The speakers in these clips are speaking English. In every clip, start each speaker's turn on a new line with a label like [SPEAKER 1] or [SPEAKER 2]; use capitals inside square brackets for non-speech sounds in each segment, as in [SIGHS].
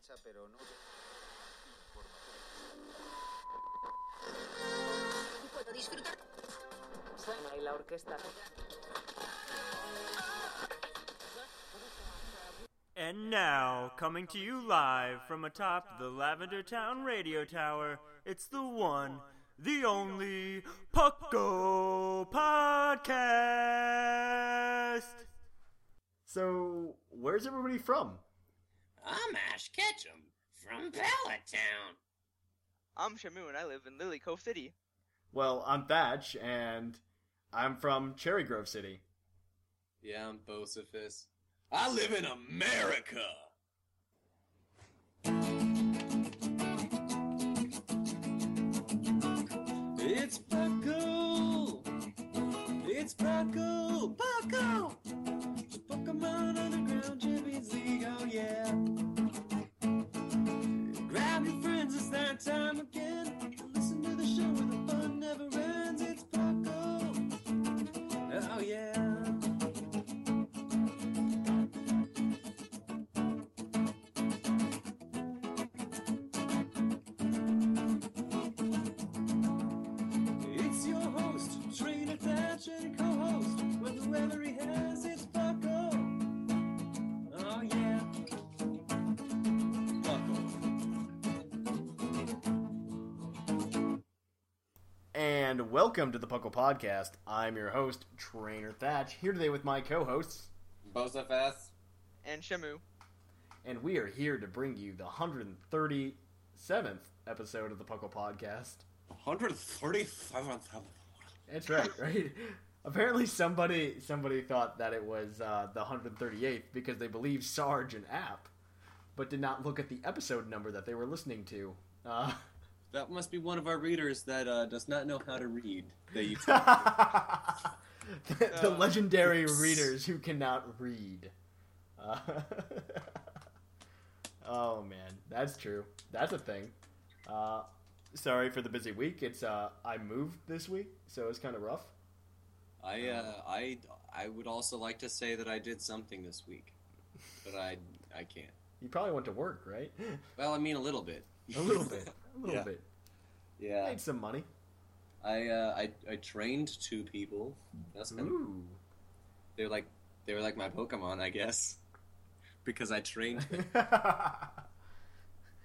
[SPEAKER 1] sorpresa, pero no.
[SPEAKER 2] Puedo disfrutar.
[SPEAKER 3] Bueno, y la orquesta.
[SPEAKER 4] And now, coming to you live from atop the Lavender Town Radio Tower, it's the one, the only Pucko Podcast!
[SPEAKER 5] So, where's everybody from?
[SPEAKER 6] I'm Ash Ketchum from Palatown.
[SPEAKER 7] I'm Shamu and I live in Lily Cove City.
[SPEAKER 5] Well, I'm Thatch, and I'm from Cherry Grove City.
[SPEAKER 8] Yeah, I'm Bocephus. I live in America. It's Buckle. It's Buckle. Buckle. The Pokemon Underground Champions League. Oh yeah. Grab your friends. It's that time again. Listen to the show where the fun never ends. It's Buckle. Oh yeah. It's your host, trainer Thatch, and co-host with whoever he has. It's Bucko. Oh yeah, Bucko.
[SPEAKER 5] And welcome to the Puckle Podcast. I'm your host, Trainer Thatch, here today with my co hosts,
[SPEAKER 8] Bocephus.
[SPEAKER 7] And [LAUGHS] Shamu.
[SPEAKER 5] and we are here to bring you the 137th episode of the Puckle Podcast.
[SPEAKER 8] 137.
[SPEAKER 5] That's right, right? [LAUGHS] Apparently somebody somebody thought that it was uh, the 138th because they believed Sarge and App, but did not look at the episode number that they were listening to. Uh, [LAUGHS]
[SPEAKER 8] That must be one of our readers that uh, does not know how to read. That [LAUGHS] you
[SPEAKER 5] the, the
[SPEAKER 7] Uh,
[SPEAKER 5] legendary
[SPEAKER 8] oops.
[SPEAKER 5] readers who cannot read. Uh, [LAUGHS] oh man, that's true. That's a thing. Uh, sorry for the busy week. It's uh, I moved this week, so it's kind of rough.
[SPEAKER 8] I, uh, I, I would also like to say that I did something this week, but I, I can't.
[SPEAKER 5] You probably went to work, right? [LAUGHS]
[SPEAKER 8] Well, I mean a little bit.
[SPEAKER 5] A little bit, a little
[SPEAKER 8] Yeah.
[SPEAKER 5] bit.
[SPEAKER 8] [LAUGHS] yeah.
[SPEAKER 5] Made some money.
[SPEAKER 8] I, uh, I, I trained two people. That's kind of
[SPEAKER 5] Ooh. [LAUGHS]
[SPEAKER 8] They were like they were like my Pokemon, I guess, because
[SPEAKER 5] [LAUGHS]
[SPEAKER 8] I trained. them.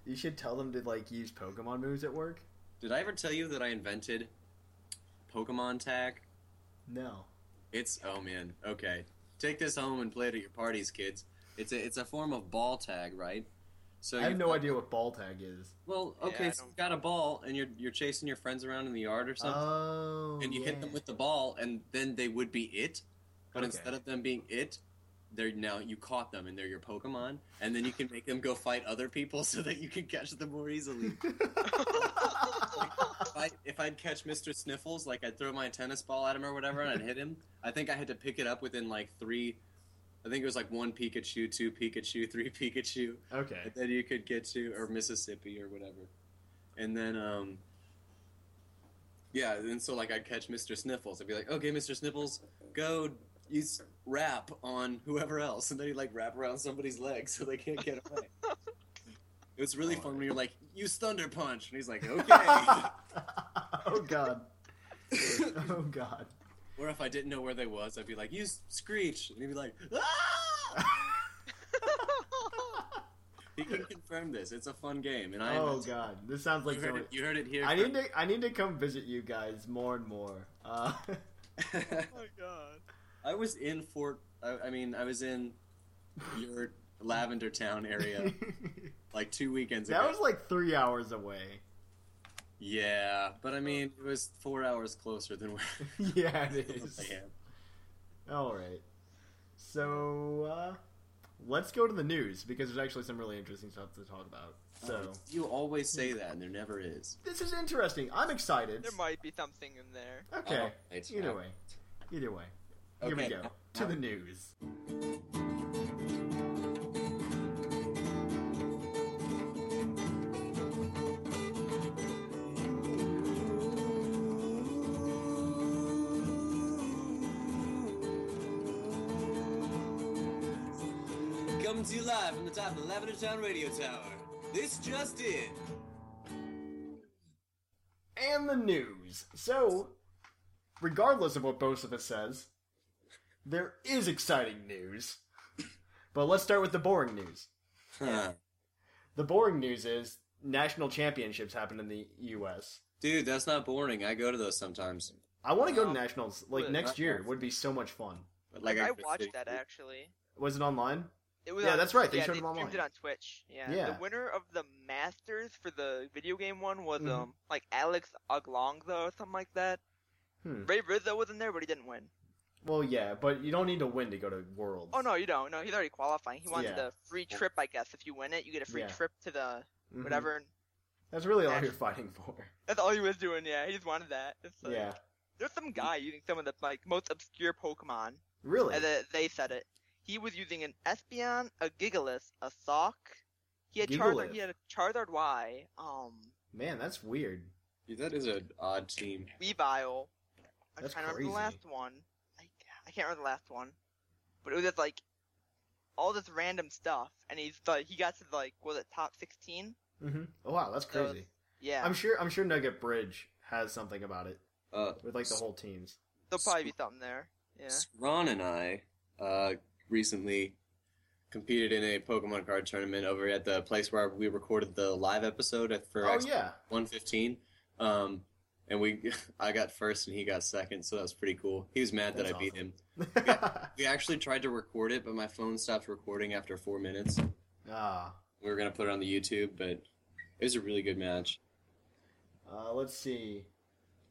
[SPEAKER 5] you should tell them to like use Pokemon moves at work.
[SPEAKER 8] Did I ever tell you that I invented Pokemon Tag?
[SPEAKER 5] No.
[SPEAKER 8] It's oh man, okay. Take this home and play it at your parties, kids. It's a it's a form of ball tag, right? So
[SPEAKER 5] I have
[SPEAKER 8] you've
[SPEAKER 5] no
[SPEAKER 8] got-
[SPEAKER 5] idea what ball tag is.
[SPEAKER 8] Well,
[SPEAKER 7] Yeah,
[SPEAKER 8] okay,
[SPEAKER 7] I
[SPEAKER 8] so
[SPEAKER 7] don't-
[SPEAKER 8] you've got a ball and you're you're chasing your friends around in the yard or something,
[SPEAKER 5] Oh.
[SPEAKER 8] and you hit
[SPEAKER 5] yeah. [LAUGHS]
[SPEAKER 8] them with the ball, and then they would be it. But
[SPEAKER 5] Okay.
[SPEAKER 8] instead of them being it, they're now you caught them and they're your Pokemon, and then you can make them go fight other people [LAUGHS] so that you can catch them more easily. if, I, if I'd catch Mr. Sniffles, like I'd throw my tennis ball at him or whatever, and I'd hit him. I think I had to pick it up within like three. I think it was like one Pikachu, two Pikachu, [LAUGHS] three Pikachu,
[SPEAKER 5] Okay.
[SPEAKER 8] and then you could get to or Mississippi or whatever, and then um. Yeah, and so like I'd catch Mr. Sniffles. I'd be like, "Okay, Mr. Sniffles, go use rap on whoever else," and then he'd like wrap around somebody's leg so they can't get away. it was really fun when you're like, "Use thunder punch," and he's like, "Okay."
[SPEAKER 5] [LAUGHS] oh
[SPEAKER 8] [LAUGHS]
[SPEAKER 5] god. Oh god.
[SPEAKER 8] Or if I didn't know where they was, I'd be like, "You screech," and he'd be like, "Ah!"
[SPEAKER 7] Oh
[SPEAKER 8] he can confirm this. It's a fun game, and I.
[SPEAKER 5] Oh god. This sounds like
[SPEAKER 8] you heard,
[SPEAKER 5] so.
[SPEAKER 8] it, you heard it here.
[SPEAKER 5] I need
[SPEAKER 8] first.
[SPEAKER 5] to. I need to come visit you guys more and more. Uh,
[SPEAKER 8] [LAUGHS]
[SPEAKER 7] Oh my god.
[SPEAKER 8] I was in Fort. I, I mean, I was in your Lavender Town area like two weekends ago.
[SPEAKER 5] [LAUGHS] that was like three hours away. [LAUGHS]
[SPEAKER 8] yeah, but I mean, it was four hours closer than where
[SPEAKER 5] [LAUGHS] Yeah, it
[SPEAKER 8] I
[SPEAKER 5] is.
[SPEAKER 8] am.
[SPEAKER 5] All right. So uh, let's go to the news because there's actually some really interesting stuff to talk about. So
[SPEAKER 8] Um, You always say that, and there never is.
[SPEAKER 5] this is interesting. I'm excited.
[SPEAKER 7] There might be something in there.
[SPEAKER 5] Okay.
[SPEAKER 8] Oh, it's
[SPEAKER 5] Either
[SPEAKER 8] not.
[SPEAKER 5] way. Either way. Here
[SPEAKER 8] Okay.
[SPEAKER 5] we go. To the news.
[SPEAKER 8] Coming to you live from the top of the Lavender Town Radio Tower. This just did.
[SPEAKER 5] and the news. So, regardless of what both of us says, there is exciting news. But let's start with the boring news.
[SPEAKER 8] Huh.
[SPEAKER 5] The boring news is national championships happen in the U.S.
[SPEAKER 8] Dude, that's not boring. I go to those sometimes.
[SPEAKER 5] I want to go to
[SPEAKER 7] Um,
[SPEAKER 5] nationals. Like
[SPEAKER 7] but-
[SPEAKER 5] next year would be so much fun.
[SPEAKER 8] But,
[SPEAKER 7] Like, I
[SPEAKER 8] go to-
[SPEAKER 7] watched that actually.
[SPEAKER 5] Was it online?
[SPEAKER 7] It was
[SPEAKER 5] Yeah,
[SPEAKER 7] on-
[SPEAKER 5] that's right, they
[SPEAKER 7] yeah,
[SPEAKER 5] showed it
[SPEAKER 7] streamed
[SPEAKER 5] online.
[SPEAKER 7] it on Twitch. Yeah.
[SPEAKER 5] Yeah.
[SPEAKER 7] The winner of the Masters for the video game one was
[SPEAKER 5] Mhm.
[SPEAKER 7] um like Alex Oglongtha or something like that.
[SPEAKER 5] Hmm.
[SPEAKER 7] Ray Rizzo was in there, but he didn't win.
[SPEAKER 5] Well, yeah, but you don't need to win to go to Worlds.
[SPEAKER 7] Oh no, you don't. No, he's already qualifying. He wanted
[SPEAKER 5] Yeah.
[SPEAKER 7] the free trip, I guess. If you win it, you get a free
[SPEAKER 5] Yeah.
[SPEAKER 7] trip to the
[SPEAKER 5] Mhm.
[SPEAKER 7] whatever.
[SPEAKER 5] That's really all you're fighting for.
[SPEAKER 7] That's all he was doing. Yeah, he's wanted that. It's [LAUGHS] like,
[SPEAKER 5] Yeah,
[SPEAKER 7] There's some guy using some of the like most obscure Pokemon,
[SPEAKER 5] really.
[SPEAKER 7] and they, they said it. He was using an Espeon, a Gigalith, a Sock. He had
[SPEAKER 5] Gigalith.
[SPEAKER 7] Charizard. He had a Charizard Y. Um,
[SPEAKER 5] Man, that's weird.
[SPEAKER 8] Dude, that is an odd team.
[SPEAKER 7] Weavile. I'm
[SPEAKER 5] That's
[SPEAKER 7] trying to remember the
[SPEAKER 5] crazy.
[SPEAKER 7] last one. I, I can't remember the last one, but it was just like all this random stuff, and he's like he got to like was it top 16?
[SPEAKER 5] hmm Oh wow, that's
[SPEAKER 7] Mm-hmm. So-
[SPEAKER 5] crazy.
[SPEAKER 7] Yeah,
[SPEAKER 5] I'm sure. I'm sure Nugget Bridge has something about it
[SPEAKER 8] Uh,
[SPEAKER 5] with like the whole teams.
[SPEAKER 7] there'll probably be something there. Yeah.
[SPEAKER 8] Ron and I uh, recently competed in a Pokemon card tournament over at the place where we recorded the live episode at for
[SPEAKER 5] Oh
[SPEAKER 8] X-
[SPEAKER 5] yeah,
[SPEAKER 8] 115. Um, and we, [LAUGHS] I got first and he got second, so that was pretty cool. He was mad
[SPEAKER 5] That's
[SPEAKER 8] that I beat
[SPEAKER 5] awesome.
[SPEAKER 8] him. We actually tried to record it, but my phone stopped recording after four minutes.
[SPEAKER 5] [LAUGHS] ah,
[SPEAKER 8] We were gonna put it on the YouTube, but it was a really good match.
[SPEAKER 5] uh, let's see. [LAUGHS]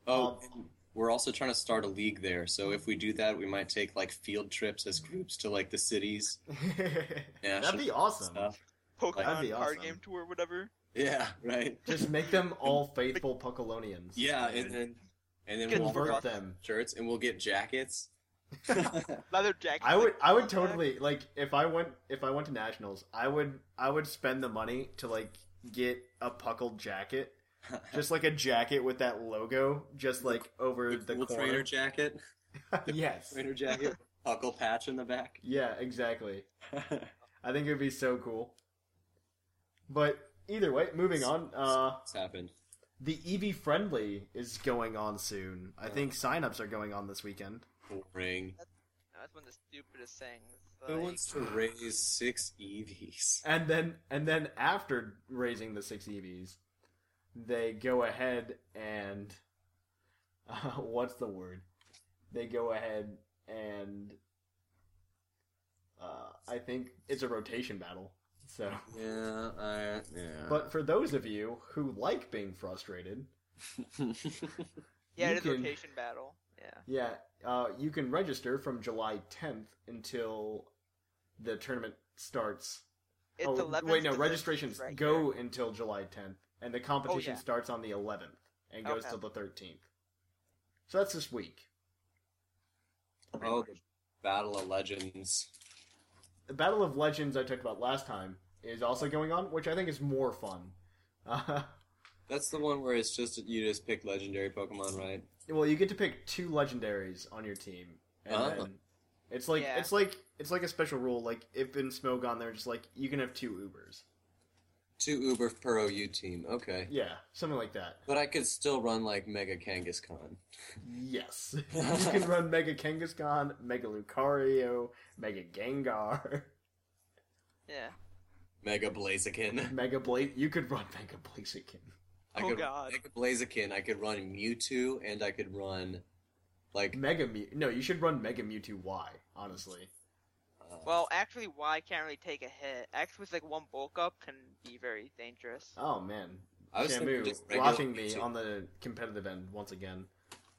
[SPEAKER 8] Oh,
[SPEAKER 5] Um,
[SPEAKER 8] and we're also trying to start a league there, so if we do that, we might take like field trips as groups to like the cities.
[SPEAKER 5] That'd be awesome.
[SPEAKER 8] stuff.
[SPEAKER 7] [LAUGHS] Pokemon
[SPEAKER 5] be
[SPEAKER 7] card
[SPEAKER 5] awesome.
[SPEAKER 7] game tour, whatever.
[SPEAKER 8] Yeah, right.
[SPEAKER 5] Just make them
[SPEAKER 8] [LAUGHS]
[SPEAKER 5] all faithful Puckalonians.
[SPEAKER 8] Yeah, and then and then
[SPEAKER 7] Good
[SPEAKER 8] we'll
[SPEAKER 7] for
[SPEAKER 8] wear
[SPEAKER 5] convert
[SPEAKER 7] us.
[SPEAKER 5] them.
[SPEAKER 8] shirts and we'll get [LAUGHS] jackets.
[SPEAKER 7] Leather jacket.
[SPEAKER 5] I would, I would totally like if I went, if I went to nationals, I would, I would spend the money to like get a puckled jacket, just like a jacket with that logo, just like over the
[SPEAKER 8] cool
[SPEAKER 5] corner. [LAUGHS]
[SPEAKER 8] trainer jacket,
[SPEAKER 5] yes,
[SPEAKER 8] trainer [LAUGHS] jacket, buckle patch in the [LAUGHS] back.
[SPEAKER 5] yeah, exactly. I think it would be so cool. But either way, moving on. Uh,
[SPEAKER 8] What's happened?
[SPEAKER 5] the EV friendly is going on soon. I think signups are going on this weekend.
[SPEAKER 8] Ring.
[SPEAKER 7] That's one of the stupidest things.
[SPEAKER 8] Who
[SPEAKER 7] like-
[SPEAKER 8] wants to raise six EVs?
[SPEAKER 5] and then and then after raising the six EVs, they go ahead and [LAUGHS] uh, what's the word? They go ahead and uh, I think it's a rotation battle. So,
[SPEAKER 8] [LAUGHS] Yeah, I, yeah.
[SPEAKER 5] but for those of you who like being frustrated,
[SPEAKER 7] Yeah,
[SPEAKER 5] You
[SPEAKER 7] it is
[SPEAKER 5] can-
[SPEAKER 7] rotation battle. Yeah.
[SPEAKER 5] yeah, uh, you can register from July 10th until the tournament starts.
[SPEAKER 7] It's
[SPEAKER 5] Oh,
[SPEAKER 7] 11.
[SPEAKER 5] Wait, no, registrations
[SPEAKER 7] right
[SPEAKER 5] go
[SPEAKER 7] here.
[SPEAKER 5] until July 10th, and the competition
[SPEAKER 7] yeah.
[SPEAKER 5] starts on the 11th and goes
[SPEAKER 7] Okay.
[SPEAKER 5] till the 13th. So that's this week.
[SPEAKER 8] oh, the [LAUGHS] Battle of Legends.
[SPEAKER 5] The Battle of Legends I talked about last time is also going on, which I think is more fun. [LAUGHS] Uh,
[SPEAKER 8] That's the one where it's just you just pick legendary Pokemon, right?
[SPEAKER 5] well, you get to pick two legendaries on your team, and
[SPEAKER 8] Oh.
[SPEAKER 5] then it's like
[SPEAKER 7] Yeah.
[SPEAKER 5] it's like it's like a special rule. Like if in Smogon, on there, just like you can have two Ubers.
[SPEAKER 8] Two Uber per OU team. Okay.
[SPEAKER 5] Yeah, something like that.
[SPEAKER 8] But I could still run like Mega Kangaskhan.
[SPEAKER 5] Yes. [LAUGHS] you can run Mega Kangaskhan, Mega Lucario, Mega Gengar,
[SPEAKER 7] Yeah.
[SPEAKER 8] Mega Blaziken.
[SPEAKER 5] Mega Blaze. You could run [LAUGHS] Mega Blaziken.
[SPEAKER 8] I
[SPEAKER 7] Oh,
[SPEAKER 8] could
[SPEAKER 7] God.
[SPEAKER 8] Mega Blaziken. I could run Mewtwo, and I could run like
[SPEAKER 5] Mega Mew. No, you should run Mega Mewtwo Y, honestly.
[SPEAKER 8] uh,
[SPEAKER 7] Well, actually, Y can't really take a hit. Actually, with like one bulk up can be very dangerous.
[SPEAKER 5] Oh, man.
[SPEAKER 8] I was thinking
[SPEAKER 5] Shamu
[SPEAKER 8] just regular
[SPEAKER 5] watching me
[SPEAKER 8] Mewtwo,
[SPEAKER 5] on the competitive end once again.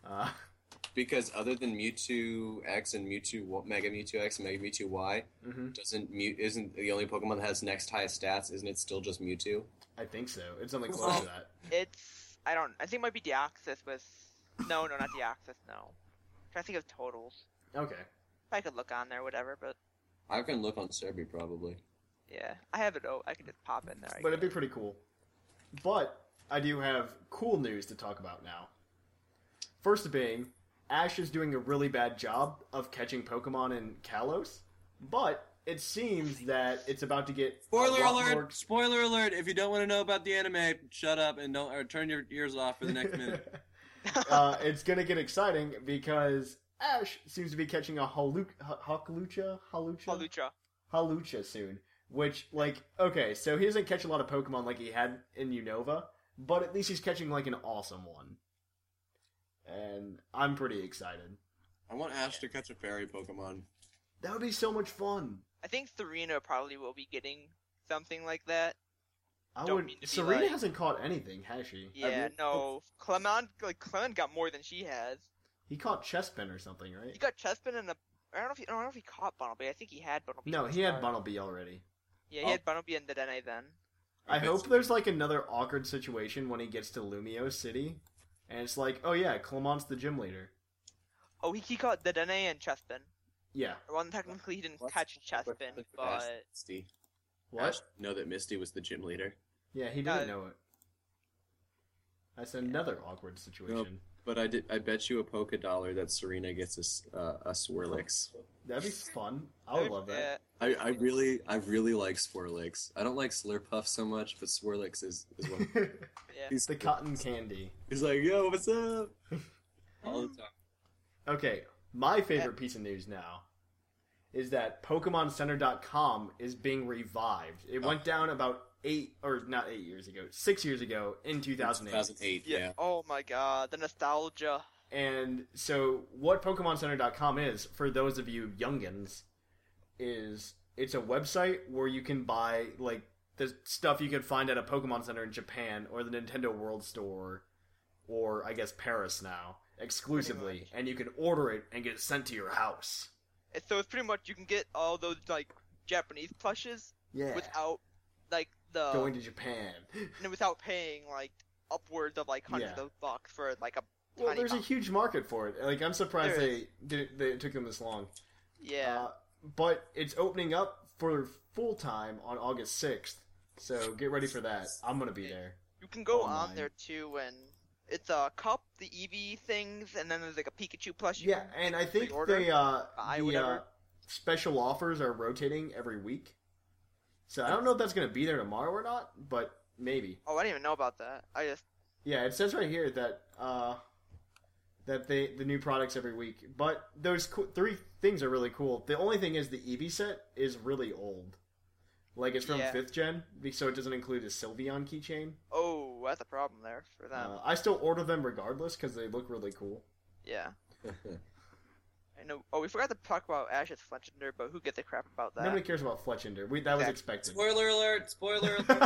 [SPEAKER 5] Uh, [LAUGHS]
[SPEAKER 8] because other than Mewtwo X and Mewtwo W- Mega Mewtwo X and Mega Mewtwo Y,
[SPEAKER 5] mhm.
[SPEAKER 8] doesn't Mew isn't the only Pokemon that has next highest stats? Isn't it still just Mewtwo?
[SPEAKER 5] I think so. It's something close to that.
[SPEAKER 7] It's I don't. I think it might be Deoxys with. No, no, not Deoxys. No. i trying to think of totals.
[SPEAKER 5] Okay.
[SPEAKER 7] I could look on there, whatever. But
[SPEAKER 8] I can look on Serbi probably.
[SPEAKER 7] yeah, I have it. Oh, I could just pop in there. I
[SPEAKER 5] But it'd
[SPEAKER 7] guess.
[SPEAKER 5] be pretty cool. But I do have cool news to talk about now. First being, Ash is doing a really bad job of catching Pokemon in Kalos, but it seems that it's about to get a
[SPEAKER 8] Spoiler
[SPEAKER 5] lot
[SPEAKER 8] alert!
[SPEAKER 5] more-
[SPEAKER 8] Spoiler alert! If you don't want to know about the anime, shut up and don't or turn your ears off for the next [LAUGHS] minute.
[SPEAKER 5] [LAUGHS] uh, it's gonna get exciting because Ash seems to be catching a halu- ha- Halucha, Halucha,
[SPEAKER 7] [LAUGHS] Palutra.
[SPEAKER 5] Halucha soon. Which, like, okay, so he doesn't catch a lot of Pokemon like he had in Unova, but at least he's catching like an awesome one, and I'm pretty excited.
[SPEAKER 8] I want Ash to catch a fairy Pokemon.
[SPEAKER 5] That would be so much fun.
[SPEAKER 7] I think Serena probably will be getting something like that.
[SPEAKER 5] I
[SPEAKER 7] Don't
[SPEAKER 5] would.
[SPEAKER 7] mean to be
[SPEAKER 5] Serena
[SPEAKER 7] like-
[SPEAKER 5] hasn't caught anything, has she?
[SPEAKER 7] Yeah,
[SPEAKER 8] really-
[SPEAKER 7] no. Clement, like Clement got more than she has.
[SPEAKER 5] He caught Chespin or something, right?
[SPEAKER 7] He got Chespin and a. I don't know if he, I don't know if he caught Bunnelby. I think he had Bunnelby.
[SPEAKER 5] No,
[SPEAKER 7] at the
[SPEAKER 5] he had
[SPEAKER 7] start.
[SPEAKER 5] Bunnelby already.
[SPEAKER 7] Yeah, he had Bunnelby and Dedenne then.
[SPEAKER 5] I
[SPEAKER 8] Okay.
[SPEAKER 5] hope there's like another awkward situation when he gets to Lumio City, and it's like, oh yeah, Clement's the gym leader.
[SPEAKER 7] Oh, he, he caught Dedenne and Chespin.
[SPEAKER 5] Yeah.
[SPEAKER 7] Well, technically he didn't
[SPEAKER 8] What's-
[SPEAKER 7] catch
[SPEAKER 8] But-
[SPEAKER 7] Chespin,
[SPEAKER 8] but Ash,
[SPEAKER 7] but
[SPEAKER 8] Misty.
[SPEAKER 5] What?
[SPEAKER 8] Ash uh, know that Misty was the gym leader,
[SPEAKER 5] Yeah, he
[SPEAKER 7] No.
[SPEAKER 5] didn't know it. That's another awkward situation.
[SPEAKER 8] but I did. I bet you a polka dollar that Serena gets a s- uh, a Swirlix.
[SPEAKER 5] That'd be fun. I would love that.
[SPEAKER 8] I, I really I really like Swirlix. I don't like Slurpuff so much, but Swirlix is is [LAUGHS] what
[SPEAKER 7] Yeah, yeah.
[SPEAKER 5] [LAUGHS]
[SPEAKER 8] he's,
[SPEAKER 5] the cotton candy.
[SPEAKER 8] he's like. Yo, what's up? [LAUGHS] All the time.
[SPEAKER 5] Okay, my favorite piece of news now is that PokemonCenter.com is being revived. It
[SPEAKER 8] Oh.
[SPEAKER 5] went down about eight or not eight years ago, six years ago in 2008.
[SPEAKER 8] 2008.
[SPEAKER 7] Yeah.
[SPEAKER 8] Yeah.
[SPEAKER 7] Oh my god, the nostalgia.
[SPEAKER 5] And so, what PokemonCenter.com is, for those of you youngins, is it's a website where you can buy like the stuff you could find at a Pokemon Center in Japan or the Nintendo World Store, or I guess Paris now exclusively,
[SPEAKER 7] much.
[SPEAKER 5] and you can order it and get it sent to your house.
[SPEAKER 7] And So it's pretty much you can get all those like Japanese plushes
[SPEAKER 5] Yeah,
[SPEAKER 7] without like the
[SPEAKER 5] going to Japan.
[SPEAKER 7] and without paying like upwards of like hundreds
[SPEAKER 5] Yeah.
[SPEAKER 7] of bucks for like a
[SPEAKER 5] Well,
[SPEAKER 7] tiny
[SPEAKER 5] there's a
[SPEAKER 7] box.
[SPEAKER 5] huge market for it. Like I'm surprised
[SPEAKER 7] There
[SPEAKER 5] they didn't. They it took them this long.
[SPEAKER 7] yeah.
[SPEAKER 5] Uh, but it's opening up for full time on August 6th. So get ready for that. I'm going to be there.
[SPEAKER 7] you can go
[SPEAKER 5] online.
[SPEAKER 7] on there too, and it's a cup, the EV things, and then there's like a Pikachu plush. you
[SPEAKER 5] Yeah,
[SPEAKER 7] can
[SPEAKER 5] and I think
[SPEAKER 7] pre-order.
[SPEAKER 5] they, uh,
[SPEAKER 7] Buy
[SPEAKER 5] the uh,
[SPEAKER 7] whatever.
[SPEAKER 5] special offers are rotating every week. So I don't know if that's going to be there tomorrow or not, but maybe.
[SPEAKER 7] Oh, I didn't even know about that. I just
[SPEAKER 5] Yeah, it says right here that uh, that they the new products every week. But those co- three things are really cool. The only thing is the EV set is really old. Like it's from
[SPEAKER 7] Yeah.
[SPEAKER 5] fifth gen, so it doesn't include a Sylveon keychain.
[SPEAKER 7] oh, that's a problem there for them.
[SPEAKER 5] Uh, I still order them regardless because they look really cool.
[SPEAKER 7] yeah. I know. Oh, we forgot to talk about Ash's Fletchender, but who gives a crap about that? [LAUGHS]
[SPEAKER 5] Nobody cares about Fletchender. We, that was
[SPEAKER 7] Yeah.
[SPEAKER 5] expected. [LAUGHS]
[SPEAKER 8] Spoiler alert! [LAUGHS] Spoiler alert!
[SPEAKER 7] a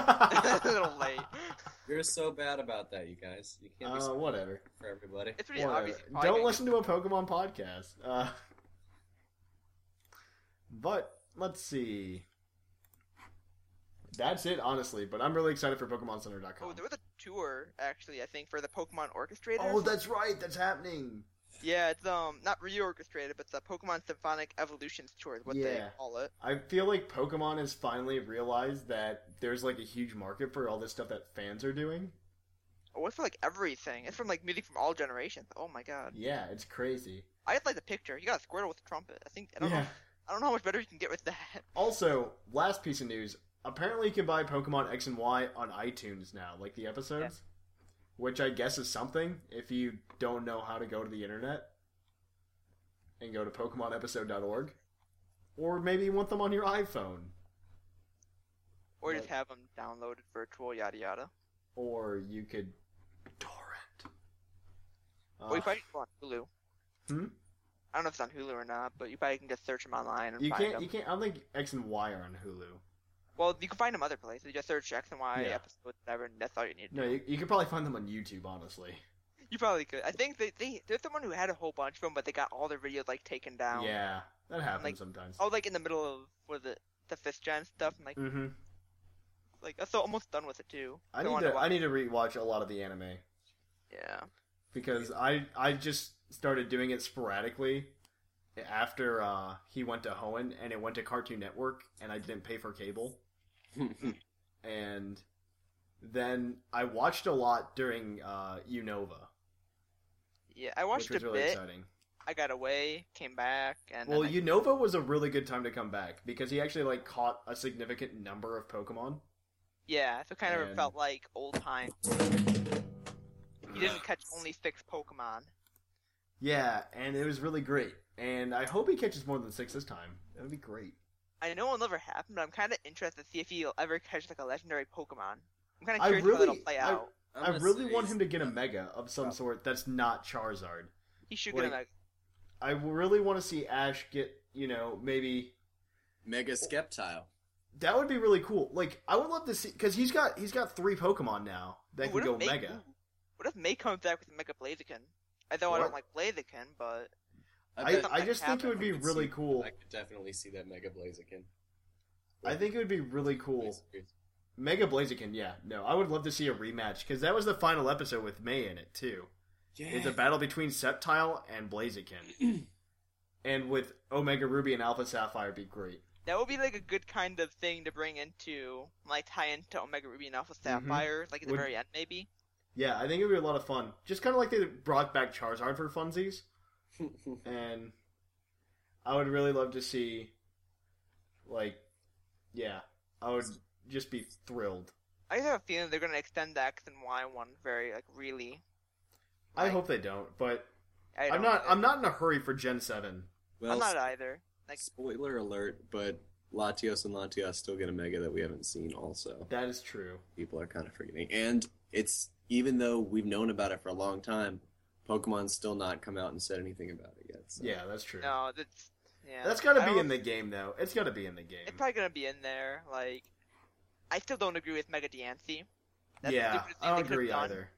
[SPEAKER 5] uh,
[SPEAKER 7] little late.
[SPEAKER 8] You're so bad about that, you guys. You can't be sorry
[SPEAKER 5] Uh, whatever.
[SPEAKER 8] for [LAUGHS] everybody.
[SPEAKER 7] It's pretty
[SPEAKER 5] Whatever.
[SPEAKER 7] obvious. he's probably
[SPEAKER 5] Don't
[SPEAKER 7] gonna-
[SPEAKER 5] listen to a Pokemon podcast. Uh, but let's see. That's it, honestly. But I'm really excited for PokemonCenter.com.
[SPEAKER 7] Oh, there was a tour actually. I think for the Pokemon Orchestrator.
[SPEAKER 5] Oh, that's right. That's happening.
[SPEAKER 7] yeah. It's um not reorchestrated, but the Pokemon Symphonic Evolutions tour is what they
[SPEAKER 5] Yeah.
[SPEAKER 7] call it.
[SPEAKER 5] I feel like Pokemon has finally realized that there's like a huge market for all this stuff that fans are doing.
[SPEAKER 7] Oh, it's for like everything. It's from like music from all generations. Oh my god.
[SPEAKER 5] Yeah, it's crazy.
[SPEAKER 7] I just like the picture. You got a Squirtle with a trumpet. I think I don't
[SPEAKER 5] yeah.
[SPEAKER 7] know. I don't know how much better you can get with [LAUGHS] that.
[SPEAKER 5] Also, last piece of news. Apparently, you can buy Pokemon X and Y on iTunes now, like the episodes, which I guess is something if you don't know how to go to the internet and go to PokemonEpisode.org. Or maybe you want them on your iPhone
[SPEAKER 7] Or just have them downloaded virtual yada yada.
[SPEAKER 5] or you could torrent.
[SPEAKER 7] or you
[SPEAKER 5] Uh,
[SPEAKER 7] probably can go on Hulu.
[SPEAKER 5] Hmm?
[SPEAKER 7] I don't know if it's on Hulu or not, but you probably can just search them online and
[SPEAKER 5] you
[SPEAKER 7] find
[SPEAKER 5] can't.
[SPEAKER 7] them.
[SPEAKER 5] You can't. I don't think X and Y are on Hulu.
[SPEAKER 7] Well, you can find them other places. You just search X and Y
[SPEAKER 5] Yeah.
[SPEAKER 7] episode whatever, and that's all you need.
[SPEAKER 5] No, you, you could probably find them on YouTube. Honestly,
[SPEAKER 7] You probably could. I think they, they there's someone who had a whole bunch of them, but they got all their videos like taken down.
[SPEAKER 5] yeah, that happens
[SPEAKER 7] Like-
[SPEAKER 5] sometimes.
[SPEAKER 7] Oh, like in the middle of what is it, the fifth gen stuff, and like
[SPEAKER 5] Mm-hmm.
[SPEAKER 7] like I'm so almost done with it too.
[SPEAKER 5] I
[SPEAKER 7] Don't
[SPEAKER 5] need
[SPEAKER 7] wanna
[SPEAKER 5] to.
[SPEAKER 7] watch-
[SPEAKER 5] I need to rewatch a lot of the anime.
[SPEAKER 7] Yeah.
[SPEAKER 5] because I I just started doing it sporadically after uh, he went to Hoenn and it went to Cartoon Network and I didn't pay for cable and then I watched a lot during uh, Unova,
[SPEAKER 7] Yeah, I watched
[SPEAKER 5] which was
[SPEAKER 7] a
[SPEAKER 5] really
[SPEAKER 7] bit.
[SPEAKER 5] exciting.
[SPEAKER 7] I got away, came back, and then
[SPEAKER 5] Well,
[SPEAKER 7] I-
[SPEAKER 5] Unova was a really good time to come back because he actually like caught a significant number of Pokemon.
[SPEAKER 7] yeah, so it kind of
[SPEAKER 5] and-
[SPEAKER 7] felt like old times.
[SPEAKER 5] [SIGHS]
[SPEAKER 7] You didn't catch only six Pokemon.
[SPEAKER 5] Yeah, and it was really great. And I hope he catches more than six this time. That would be great.
[SPEAKER 7] I know it'll never happen, but I'm kind of interested to see if he'll ever catch like a legendary Pokemon. I'm kind of
[SPEAKER 5] I
[SPEAKER 7] curious how
[SPEAKER 5] really-
[SPEAKER 7] that'll play
[SPEAKER 5] I-
[SPEAKER 7] out.
[SPEAKER 8] I'm
[SPEAKER 5] I
[SPEAKER 8] gonna
[SPEAKER 5] really
[SPEAKER 8] say
[SPEAKER 5] want him to get a
[SPEAKER 8] something.
[SPEAKER 5] Mega of some sort that's not Charizard.
[SPEAKER 7] He should get a
[SPEAKER 5] like-
[SPEAKER 7] Mega.
[SPEAKER 5] I really want to see Ash get, you know, maybe
[SPEAKER 8] Mega Skeptile.
[SPEAKER 5] that would be really cool. Like I would love to see because he's got he's got three Pokemon now that
[SPEAKER 7] Ooh,
[SPEAKER 5] can
[SPEAKER 7] what if
[SPEAKER 5] go
[SPEAKER 7] May-
[SPEAKER 5] Mega.
[SPEAKER 7] ooh, What if May comes back with a Mega Blaziken? I know I don't like Blaziken, but
[SPEAKER 5] I,
[SPEAKER 7] something
[SPEAKER 5] I just think it
[SPEAKER 7] happened.
[SPEAKER 5] would be
[SPEAKER 8] could
[SPEAKER 5] really
[SPEAKER 8] see-
[SPEAKER 5] cool.
[SPEAKER 8] I could definitely see that Mega Blaziken.
[SPEAKER 5] I think it would be really cool.
[SPEAKER 8] [LAUGHS]
[SPEAKER 5] Mega Blaziken, yeah, no, I would love to see a rematch because that was the final episode with May in it too. It's a battle between Septile and Blaziken, and with Omega Ruby and Alpha Sapphire, would be great.
[SPEAKER 7] that would be like a good kind of thing to bring into like tie into Omega Ruby and Alpha Sapphire, like at
[SPEAKER 5] Mm-hmm.
[SPEAKER 7] the
[SPEAKER 5] Would-
[SPEAKER 7] very end maybe.
[SPEAKER 5] Yeah, I think it would be a lot of fun. Just kind of like they brought back Charizard for funsies, and I would really love to see, like, yeah, I would just be thrilled.
[SPEAKER 7] I just have a feeling they're gonna extend the X and Y one very like really.
[SPEAKER 5] I
[SPEAKER 7] Right.
[SPEAKER 5] hope they don't, but
[SPEAKER 7] I
[SPEAKER 5] I'm
[SPEAKER 7] don't
[SPEAKER 5] not.
[SPEAKER 7] know.
[SPEAKER 5] I'm not in a hurry for Gen Seven.
[SPEAKER 8] well,
[SPEAKER 7] I'm not either. Like
[SPEAKER 8] spoiler alert, but Latios and Latias still get a Mega that we haven't seen. Also,
[SPEAKER 5] That is true.
[SPEAKER 8] people are kind of forgetting, and it's even though we've known about it for a long time, Pokemon's still not come out and said anything about it yet. So.
[SPEAKER 5] Yeah, that's true.
[SPEAKER 7] no, that's yeah.
[SPEAKER 5] That's got
[SPEAKER 7] I
[SPEAKER 5] to be
[SPEAKER 7] don't-
[SPEAKER 5] in the game, though. It's got to be in the game.
[SPEAKER 7] It's probably gonna be in there. Like, I still don't agree with Mega Diancie. That's the
[SPEAKER 5] yeah,
[SPEAKER 7] stupidest thing
[SPEAKER 5] I
[SPEAKER 7] they
[SPEAKER 5] don't
[SPEAKER 7] could've
[SPEAKER 5] agree
[SPEAKER 7] done.
[SPEAKER 5] either.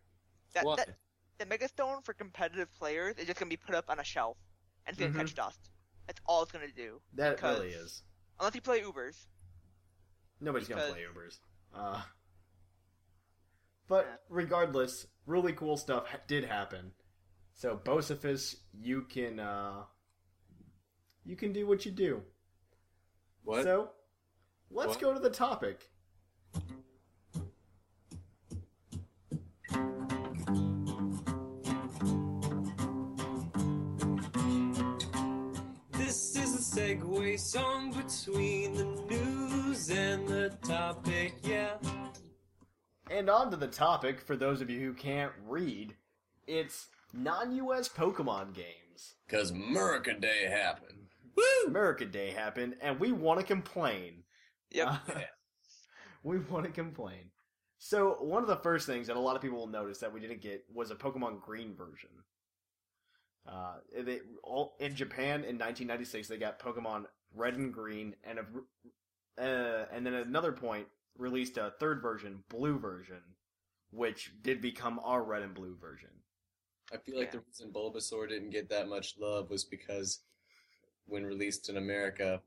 [SPEAKER 7] That,
[SPEAKER 8] Why?
[SPEAKER 7] that the Mega Stone for competitive players is just gonna be put up on a shelf and it's gonna
[SPEAKER 5] Mhm.
[SPEAKER 7] catch dust. That's all it's gonna do.
[SPEAKER 5] That
[SPEAKER 7] Because-
[SPEAKER 5] really is.
[SPEAKER 7] Unless you play Ubers.
[SPEAKER 5] Nobody's gonna
[SPEAKER 7] because-
[SPEAKER 5] play Ubers. Uh, but
[SPEAKER 7] Yeah.
[SPEAKER 5] regardless, really cool stuff ha- did happen. So Bocephus, you can uh, you can do what you do.
[SPEAKER 8] What?
[SPEAKER 5] So let's
[SPEAKER 8] What?
[SPEAKER 5] go to the topic.
[SPEAKER 8] This is a segue song between the news and the topic, yeah.
[SPEAKER 5] And on to the topic for those of you who can't read, it's non-US Pokemon games.
[SPEAKER 6] Cause America Day happened.
[SPEAKER 5] America Day happened, and we want to complain.
[SPEAKER 7] Yep.
[SPEAKER 5] Uh, [LAUGHS] we want to complain. So one of the first things that a lot of people will notice that we didn't get was a Pokemon Green version. Uh, they, all, in Japan in 1996, they got Pokemon Red and Green, and a, uh, and then at another point released a third version, Blue version, which did become our Red and Blue version.
[SPEAKER 8] I feel like the reason Bulbasaur didn't get that much love was because when released in America,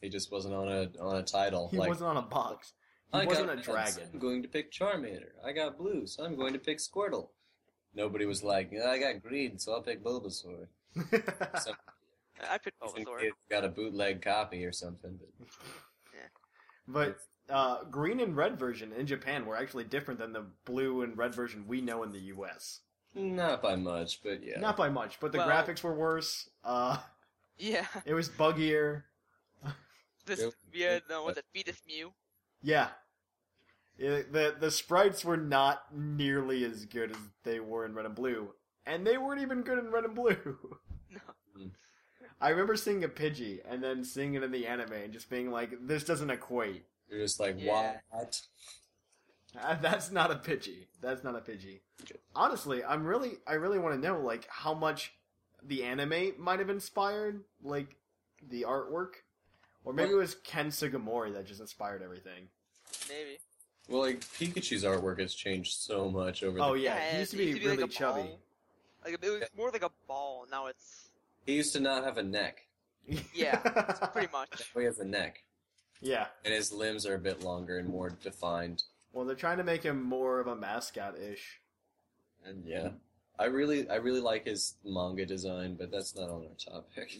[SPEAKER 8] he just wasn't on a on a title.
[SPEAKER 5] He
[SPEAKER 8] like
[SPEAKER 5] wasn't on a box. He
[SPEAKER 8] I got
[SPEAKER 5] wasn't a
[SPEAKER 8] red, so
[SPEAKER 5] dragon.
[SPEAKER 8] I'm going to pick Charmander. I got blue, so I'm going to pick Squirtle. Nobody was like, "Yeah, I got green, so I'll
[SPEAKER 7] [LAUGHS]
[SPEAKER 8] pick Bulbasaur. [LAUGHS]
[SPEAKER 5] [LAUGHS]
[SPEAKER 8] So
[SPEAKER 7] I picked
[SPEAKER 8] some
[SPEAKER 7] Bulbasaur.
[SPEAKER 8] kid got a bootleg copy or something. But
[SPEAKER 5] But uh, green and red version in Japan were actually different than the blue and red version we know in the U.S.
[SPEAKER 8] not by much, but yeah.
[SPEAKER 5] Not by much, but the
[SPEAKER 7] Well-
[SPEAKER 5] graphics were worse. Uh,
[SPEAKER 7] Yeah. [LAUGHS]
[SPEAKER 5] it was buggier.
[SPEAKER 7] This
[SPEAKER 8] Yep.
[SPEAKER 7] weird uh, was it Fetus Mew?
[SPEAKER 5] Yeah, It- the the sprites were not nearly as good as they were in red and blue, and they weren't even good in red and blue.
[SPEAKER 8] Mm.
[SPEAKER 5] I remember seeing a Pidgey and then seeing it in the anime and just being like, "This doesn't equate.
[SPEAKER 8] You're just like,
[SPEAKER 7] Yeah.
[SPEAKER 8] what?
[SPEAKER 5] Uh, That's not a Pidgey. That's not a Pidgey.
[SPEAKER 8] Okay.
[SPEAKER 5] Honestly, I'm really, I really want to know like how much the anime might have inspired like the artwork, or maybe it was Ken Sugimori that just inspired everything.
[SPEAKER 7] Maybe.
[SPEAKER 8] Well, like Pikachu's artwork has changed so much over.
[SPEAKER 5] Oh
[SPEAKER 8] the...
[SPEAKER 5] yeah, he used to be
[SPEAKER 7] it
[SPEAKER 5] really
[SPEAKER 7] like a
[SPEAKER 5] chubby. [LAUGHS]
[SPEAKER 7] Ball. Like it was more like a ball. Now
[SPEAKER 8] [LAUGHS]
[SPEAKER 7] it's
[SPEAKER 8] he used to not have a neck.
[SPEAKER 7] Yeah, pretty much.
[SPEAKER 8] Now he has a neck,
[SPEAKER 5] [LAUGHS] yeah.
[SPEAKER 8] and his limbs are a bit longer and more defined.
[SPEAKER 5] Well, they're trying to make him more of a mascot ish.
[SPEAKER 8] And yeah, I really, I really like his manga design, but that's not on our [LAUGHS] topic.
[SPEAKER 5] [LAUGHS]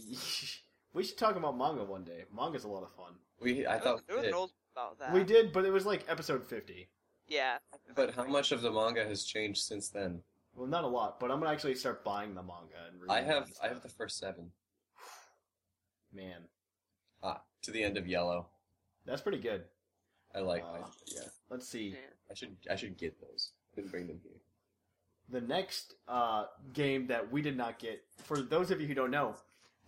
[SPEAKER 5] we should talk about manga one day. Manga's a lot of fun.
[SPEAKER 8] We,
[SPEAKER 7] There
[SPEAKER 8] I
[SPEAKER 7] was,
[SPEAKER 8] thought, we
[SPEAKER 7] there was
[SPEAKER 8] did,
[SPEAKER 7] an old about that.
[SPEAKER 5] We did, but it was like episode fifty.
[SPEAKER 7] Yeah.
[SPEAKER 8] but how much of the manga has changed since then?
[SPEAKER 5] Well, not a lot, but I'm gonna actually start buying the manga and reading.
[SPEAKER 8] I
[SPEAKER 5] it
[SPEAKER 8] have
[SPEAKER 5] and
[SPEAKER 8] I have the
[SPEAKER 5] stuff.
[SPEAKER 8] first seven.
[SPEAKER 5] man.
[SPEAKER 8] Ah, to the end of yellow.
[SPEAKER 5] That's pretty good.
[SPEAKER 8] I like. I,
[SPEAKER 5] Wow.
[SPEAKER 8] Ah, yeah,
[SPEAKER 5] Let's see.
[SPEAKER 8] I should I should get those. Didn't bring them here.
[SPEAKER 5] the next uh, game that we did not get. For those of you who don't know,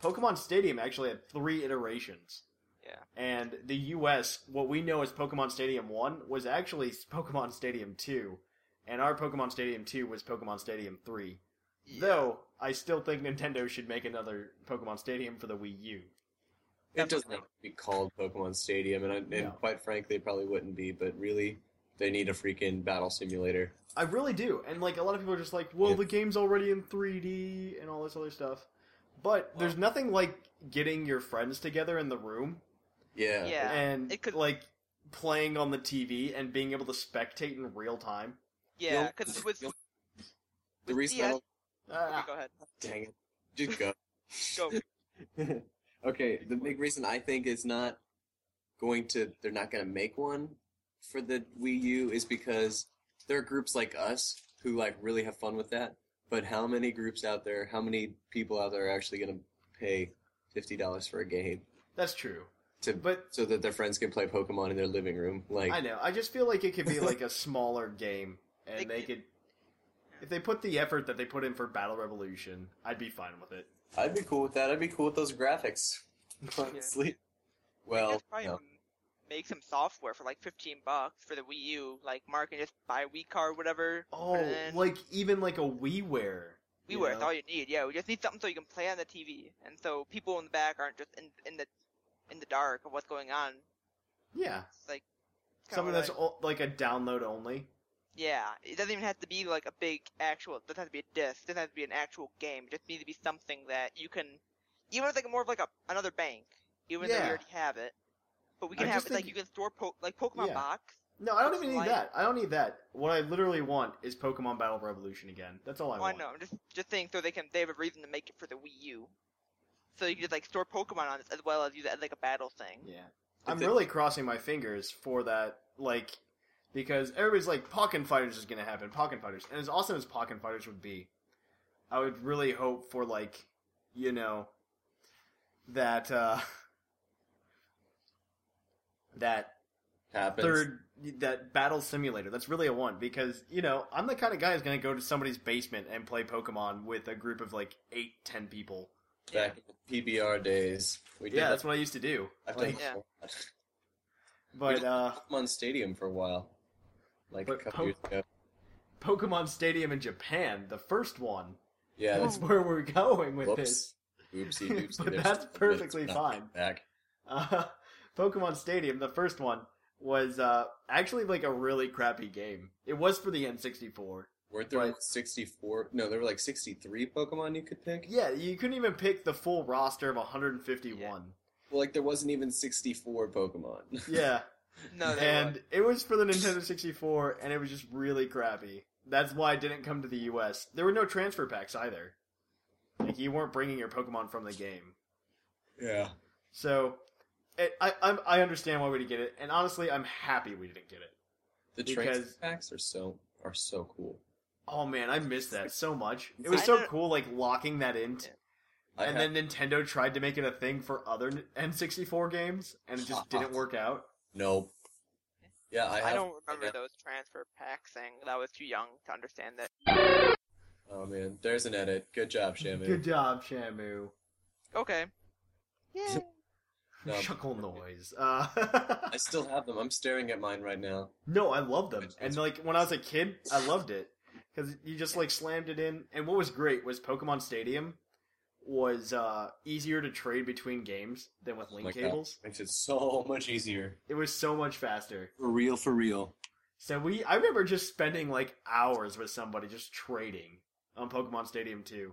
[SPEAKER 5] Pokemon Stadium actually had three iterations.
[SPEAKER 7] Yeah.
[SPEAKER 5] And the U.S., what we know as Pokemon Stadium One, was actually [LAUGHS] Pokemon Stadium Two, and our Pokemon Stadium Two was Pokemon Stadium Three. Though I still think Nintendo should make another Pokemon Stadium for the Wii U.
[SPEAKER 8] It doesn't have to be called Pokemon Stadium, and, I, and
[SPEAKER 5] No.
[SPEAKER 8] quite frankly, it probably wouldn't be. But really, they need a freaking battle simulator.
[SPEAKER 5] I really do. And like a lot of people are just like, well,
[SPEAKER 8] Yeah.
[SPEAKER 5] the game's already in 3D and all this other stuff. But there's nothing like getting your friends together in the room
[SPEAKER 8] uh, Yeah,
[SPEAKER 7] Yeah.
[SPEAKER 5] and
[SPEAKER 7] It could-
[SPEAKER 5] like playing on the TV and being able to spectate in real time.
[SPEAKER 7] Yeah,
[SPEAKER 8] You'll-
[SPEAKER 7] because with [LAUGHS]
[SPEAKER 8] you'll- The reason I
[SPEAKER 7] DS
[SPEAKER 8] don't,
[SPEAKER 5] Ah,
[SPEAKER 7] go ahead,
[SPEAKER 8] dang it, just go.
[SPEAKER 7] go.
[SPEAKER 8] [LAUGHS] okay, the big reason I think it's not going to, they're not going to make one for the Wii U is because there are groups like us who like really have fun with that. But how many groups out there, how many people out there are actually going to pay fifty dollars for a game
[SPEAKER 5] that's true.
[SPEAKER 8] to
[SPEAKER 5] But
[SPEAKER 8] so that their friends can play Pokemon in their living room? Like,
[SPEAKER 5] I know. I just feel like it could be like a smaller game, and
[SPEAKER 7] They
[SPEAKER 5] they could, if they put the effort that they put in for Battle Revolution, I'd be fine with it.
[SPEAKER 8] I'd be cool with that. I'd be cool with
[SPEAKER 5] [LAUGHS]
[SPEAKER 8] those graphics. Honestly, well,
[SPEAKER 7] That's probably
[SPEAKER 8] no.
[SPEAKER 7] m- make some software for like 15 bucks for the Wii U. Like Mark can just buy a Wii card, whatever.
[SPEAKER 5] Oh,
[SPEAKER 7] And-
[SPEAKER 5] like even like a WiiWare.
[SPEAKER 7] WiiWare
[SPEAKER 5] you
[SPEAKER 7] were
[SPEAKER 5] know?
[SPEAKER 7] all you need. Yeah, we just need something so you can play on the TV, and so people in the back aren't just in in the in the dark of what's going on.
[SPEAKER 5] Yeah,
[SPEAKER 7] It's like kinda
[SPEAKER 5] something
[SPEAKER 7] what
[SPEAKER 5] that's
[SPEAKER 7] I-
[SPEAKER 5] all, like a download only.
[SPEAKER 7] yeah. It doesn't even have to be like a big actual. It doesn't have to be a disc. It doesn't have to be an actual game. It just needs to be something that you can, even if it's like more of like a another bank, even though
[SPEAKER 5] Yeah.
[SPEAKER 7] we already have it. But we
[SPEAKER 5] I
[SPEAKER 7] can have
[SPEAKER 5] just
[SPEAKER 7] it like
[SPEAKER 5] think-
[SPEAKER 7] you can store po- like Pokemon
[SPEAKER 5] Yeah.
[SPEAKER 7] box.
[SPEAKER 5] No, I don't even
[SPEAKER 7] Like-
[SPEAKER 5] need that. I don't need that. What I literally want is Pokemon Battle Revolution again. That's all I
[SPEAKER 7] Oh, I
[SPEAKER 5] want.
[SPEAKER 7] know. I'm just just saying, so they can they have a reason to make it for the Wii U, so you can just like store Pokemon on it as well as use it as like a battle thing.
[SPEAKER 5] Yeah. I'm
[SPEAKER 8] That's it.
[SPEAKER 5] really crossing my fingers for that, like, because everybody's like, Pokken Fighters is going to happen, Pokken Fighters. And as awesome as Pokken Fighters would be, I would really hope for, like, you know, that, uh, [LAUGHS] that
[SPEAKER 8] happens.
[SPEAKER 5] third, that battle simulator. That's really a one, because, you know, I'm the kind of guy who's going to go to somebody's basement and play Pokemon with a group of, like, eight, ten people.
[SPEAKER 8] back in the PBR days, we did.
[SPEAKER 5] Yeah,
[SPEAKER 8] that.
[SPEAKER 5] that's what I used to do.
[SPEAKER 8] I've done
[SPEAKER 5] Like,
[SPEAKER 8] that a lot.
[SPEAKER 5] but, uh,.
[SPEAKER 8] Pokemon Stadium for a while, like a
[SPEAKER 5] But
[SPEAKER 8] couple
[SPEAKER 5] Poke-
[SPEAKER 8] years ago.
[SPEAKER 5] Pokemon Stadium in Japan, the first one.
[SPEAKER 8] Yeah,
[SPEAKER 5] That's where we're going with
[SPEAKER 8] whoops,
[SPEAKER 5] Oh, this. [LAUGHS]
[SPEAKER 8] oopsie, doopsie.
[SPEAKER 5] But
[SPEAKER 8] there's-
[SPEAKER 5] that's perfectly
[SPEAKER 8] it's not
[SPEAKER 5] fine.
[SPEAKER 8] Back.
[SPEAKER 5] Uh, Pokemon Stadium, the first one, was uh, actually like a really crappy game. It was for the N64.
[SPEAKER 8] Weren't there
[SPEAKER 5] But-
[SPEAKER 8] like 64? No, there were like 63 Pokemon you could pick.
[SPEAKER 5] Yeah, you couldn't even pick the full roster of 151.
[SPEAKER 8] Well, like there wasn't even 64
[SPEAKER 5] [LAUGHS]
[SPEAKER 8] Pokemon. [LAUGHS]
[SPEAKER 5] Yeah,
[SPEAKER 7] No, they
[SPEAKER 5] and
[SPEAKER 7] won't.
[SPEAKER 5] it was for the Nintendo 64, and it was just really crappy. That's why it didn't come to the US. There were no transfer packs either. Like, you weren't bringing your Pokemon from the game.
[SPEAKER 8] yeah.
[SPEAKER 5] So, it, I, I'm, I understand why we didn't get it, and honestly, I'm happy we didn't get it.
[SPEAKER 8] The
[SPEAKER 5] Because-
[SPEAKER 8] train packs are so are so cool.
[SPEAKER 5] Oh man, I miss that so much. It was
[SPEAKER 7] I
[SPEAKER 5] so
[SPEAKER 7] know-
[SPEAKER 5] cool, like locking that in, t-
[SPEAKER 8] I
[SPEAKER 5] and
[SPEAKER 8] had
[SPEAKER 5] then Nintendo tried to make it a thing for other N- N64 games, and it just didn't work out.
[SPEAKER 8] no. Yeah, I,
[SPEAKER 7] I,
[SPEAKER 8] have,
[SPEAKER 7] don't remember
[SPEAKER 8] yeah.
[SPEAKER 7] those transfer pack thing. I was too young to understand that.
[SPEAKER 8] Oh man, there's an edit. Good job, Shamu.
[SPEAKER 5] Good job, Shamu.
[SPEAKER 7] Okay.
[SPEAKER 5] [LAUGHS]
[SPEAKER 7] Yeah.
[SPEAKER 8] No,
[SPEAKER 5] Chuckle noise. Uh, [LAUGHS]
[SPEAKER 8] I still have them. I'm staring at mine right now.
[SPEAKER 5] no, I love them, and like when I was a kid, I loved it because you just like slammed it in. And what was great was Pokemon Stadium was uh, easier to trade between games than with link
[SPEAKER 8] my God.
[SPEAKER 5] cables.
[SPEAKER 8] Makes it so much easier.
[SPEAKER 5] It was so much faster.
[SPEAKER 8] For real, for real.
[SPEAKER 5] So we, I remember just spending like hours with somebody just trading on Pokemon Stadium 2.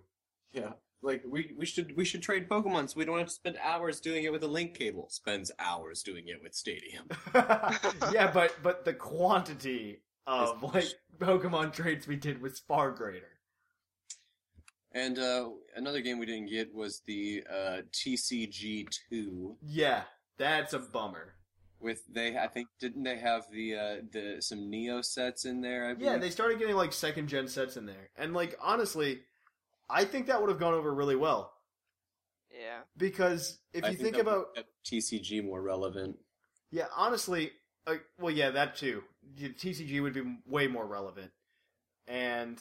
[SPEAKER 8] Yeah. Like we, we should we should trade Pokemon so we don't have to spend hours doing it with a link cable. Spends hours doing it
[SPEAKER 5] [LAUGHS]
[SPEAKER 8] with Stadium.
[SPEAKER 5] [LAUGHS] yeah, but but the quantity of like Pokemon trades we did was far greater.
[SPEAKER 8] And uh, another game we didn't get was the uh, TCG two,
[SPEAKER 5] Yeah, that's a bummer.
[SPEAKER 8] with they I think didn't they have the uh the some Neo sets in there? I
[SPEAKER 5] Yeah,
[SPEAKER 8] believe?
[SPEAKER 5] they started getting like second gen sets in there, and like honestly, I think that would have gone over really well
[SPEAKER 7] Yeah.
[SPEAKER 5] because if
[SPEAKER 8] I
[SPEAKER 5] you think,
[SPEAKER 8] that
[SPEAKER 5] about
[SPEAKER 8] would kept TCG more relevant.
[SPEAKER 5] yeah, honestly, uh, well, yeah, that too. The TCG would be way more relevant, and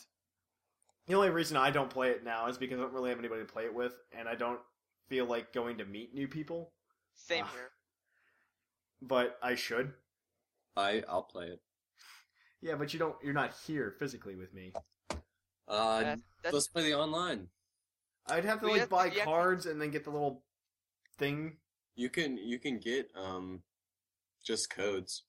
[SPEAKER 5] the only reason I don't play it now is because I don't really have anybody to play it with, and I don't feel like going to meet new people,
[SPEAKER 7] Same
[SPEAKER 5] Ah.
[SPEAKER 7] here.
[SPEAKER 5] but I should.
[SPEAKER 8] I I'll play it.
[SPEAKER 5] Yeah, but you don't. You're not here physically with me.
[SPEAKER 8] Uh,
[SPEAKER 7] That's- that's-
[SPEAKER 8] let's play the online.
[SPEAKER 5] I'd have to
[SPEAKER 7] We
[SPEAKER 5] like
[SPEAKER 7] have to-
[SPEAKER 5] buy
[SPEAKER 7] you have to-
[SPEAKER 5] cards and then get the little thing.
[SPEAKER 8] You can you can get um just codes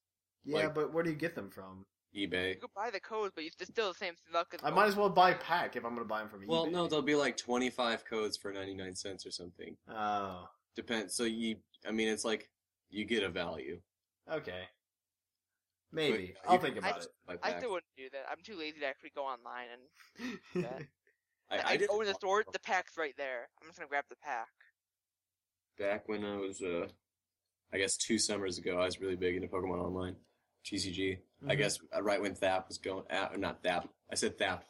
[SPEAKER 5] Yeah,
[SPEAKER 8] Like-
[SPEAKER 5] but where do you get them from?
[SPEAKER 8] eBay.
[SPEAKER 7] You could buy the codes, but it's still the same luck as
[SPEAKER 5] I might as well buy a pack if I'm going to buy them from eBay.
[SPEAKER 8] Well, no, there'll be like 25 codes for 99 cents or something.
[SPEAKER 5] Oh,
[SPEAKER 8] Depends. So you, I mean, it's like you get a value.
[SPEAKER 5] okay. Maybe
[SPEAKER 8] But
[SPEAKER 5] I'll
[SPEAKER 8] you
[SPEAKER 5] think
[SPEAKER 8] can
[SPEAKER 5] about
[SPEAKER 8] just buy
[SPEAKER 7] I
[SPEAKER 8] packs.
[SPEAKER 7] still wouldn't do that. I'm too lazy to actually go online and
[SPEAKER 5] it. [LAUGHS]
[SPEAKER 7] that.
[SPEAKER 8] I,
[SPEAKER 7] I,
[SPEAKER 8] I did
[SPEAKER 7] go in the store. The pack's right there. I'm just gonna grab the pack.
[SPEAKER 8] back when I was, uh, I guess two summers ago, I was really big into Pokemon Online, TCG. I
[SPEAKER 5] Mhm. [LAUGHS]
[SPEAKER 8] guess uh, right when Thap was going, app, not Thap, I said Thap,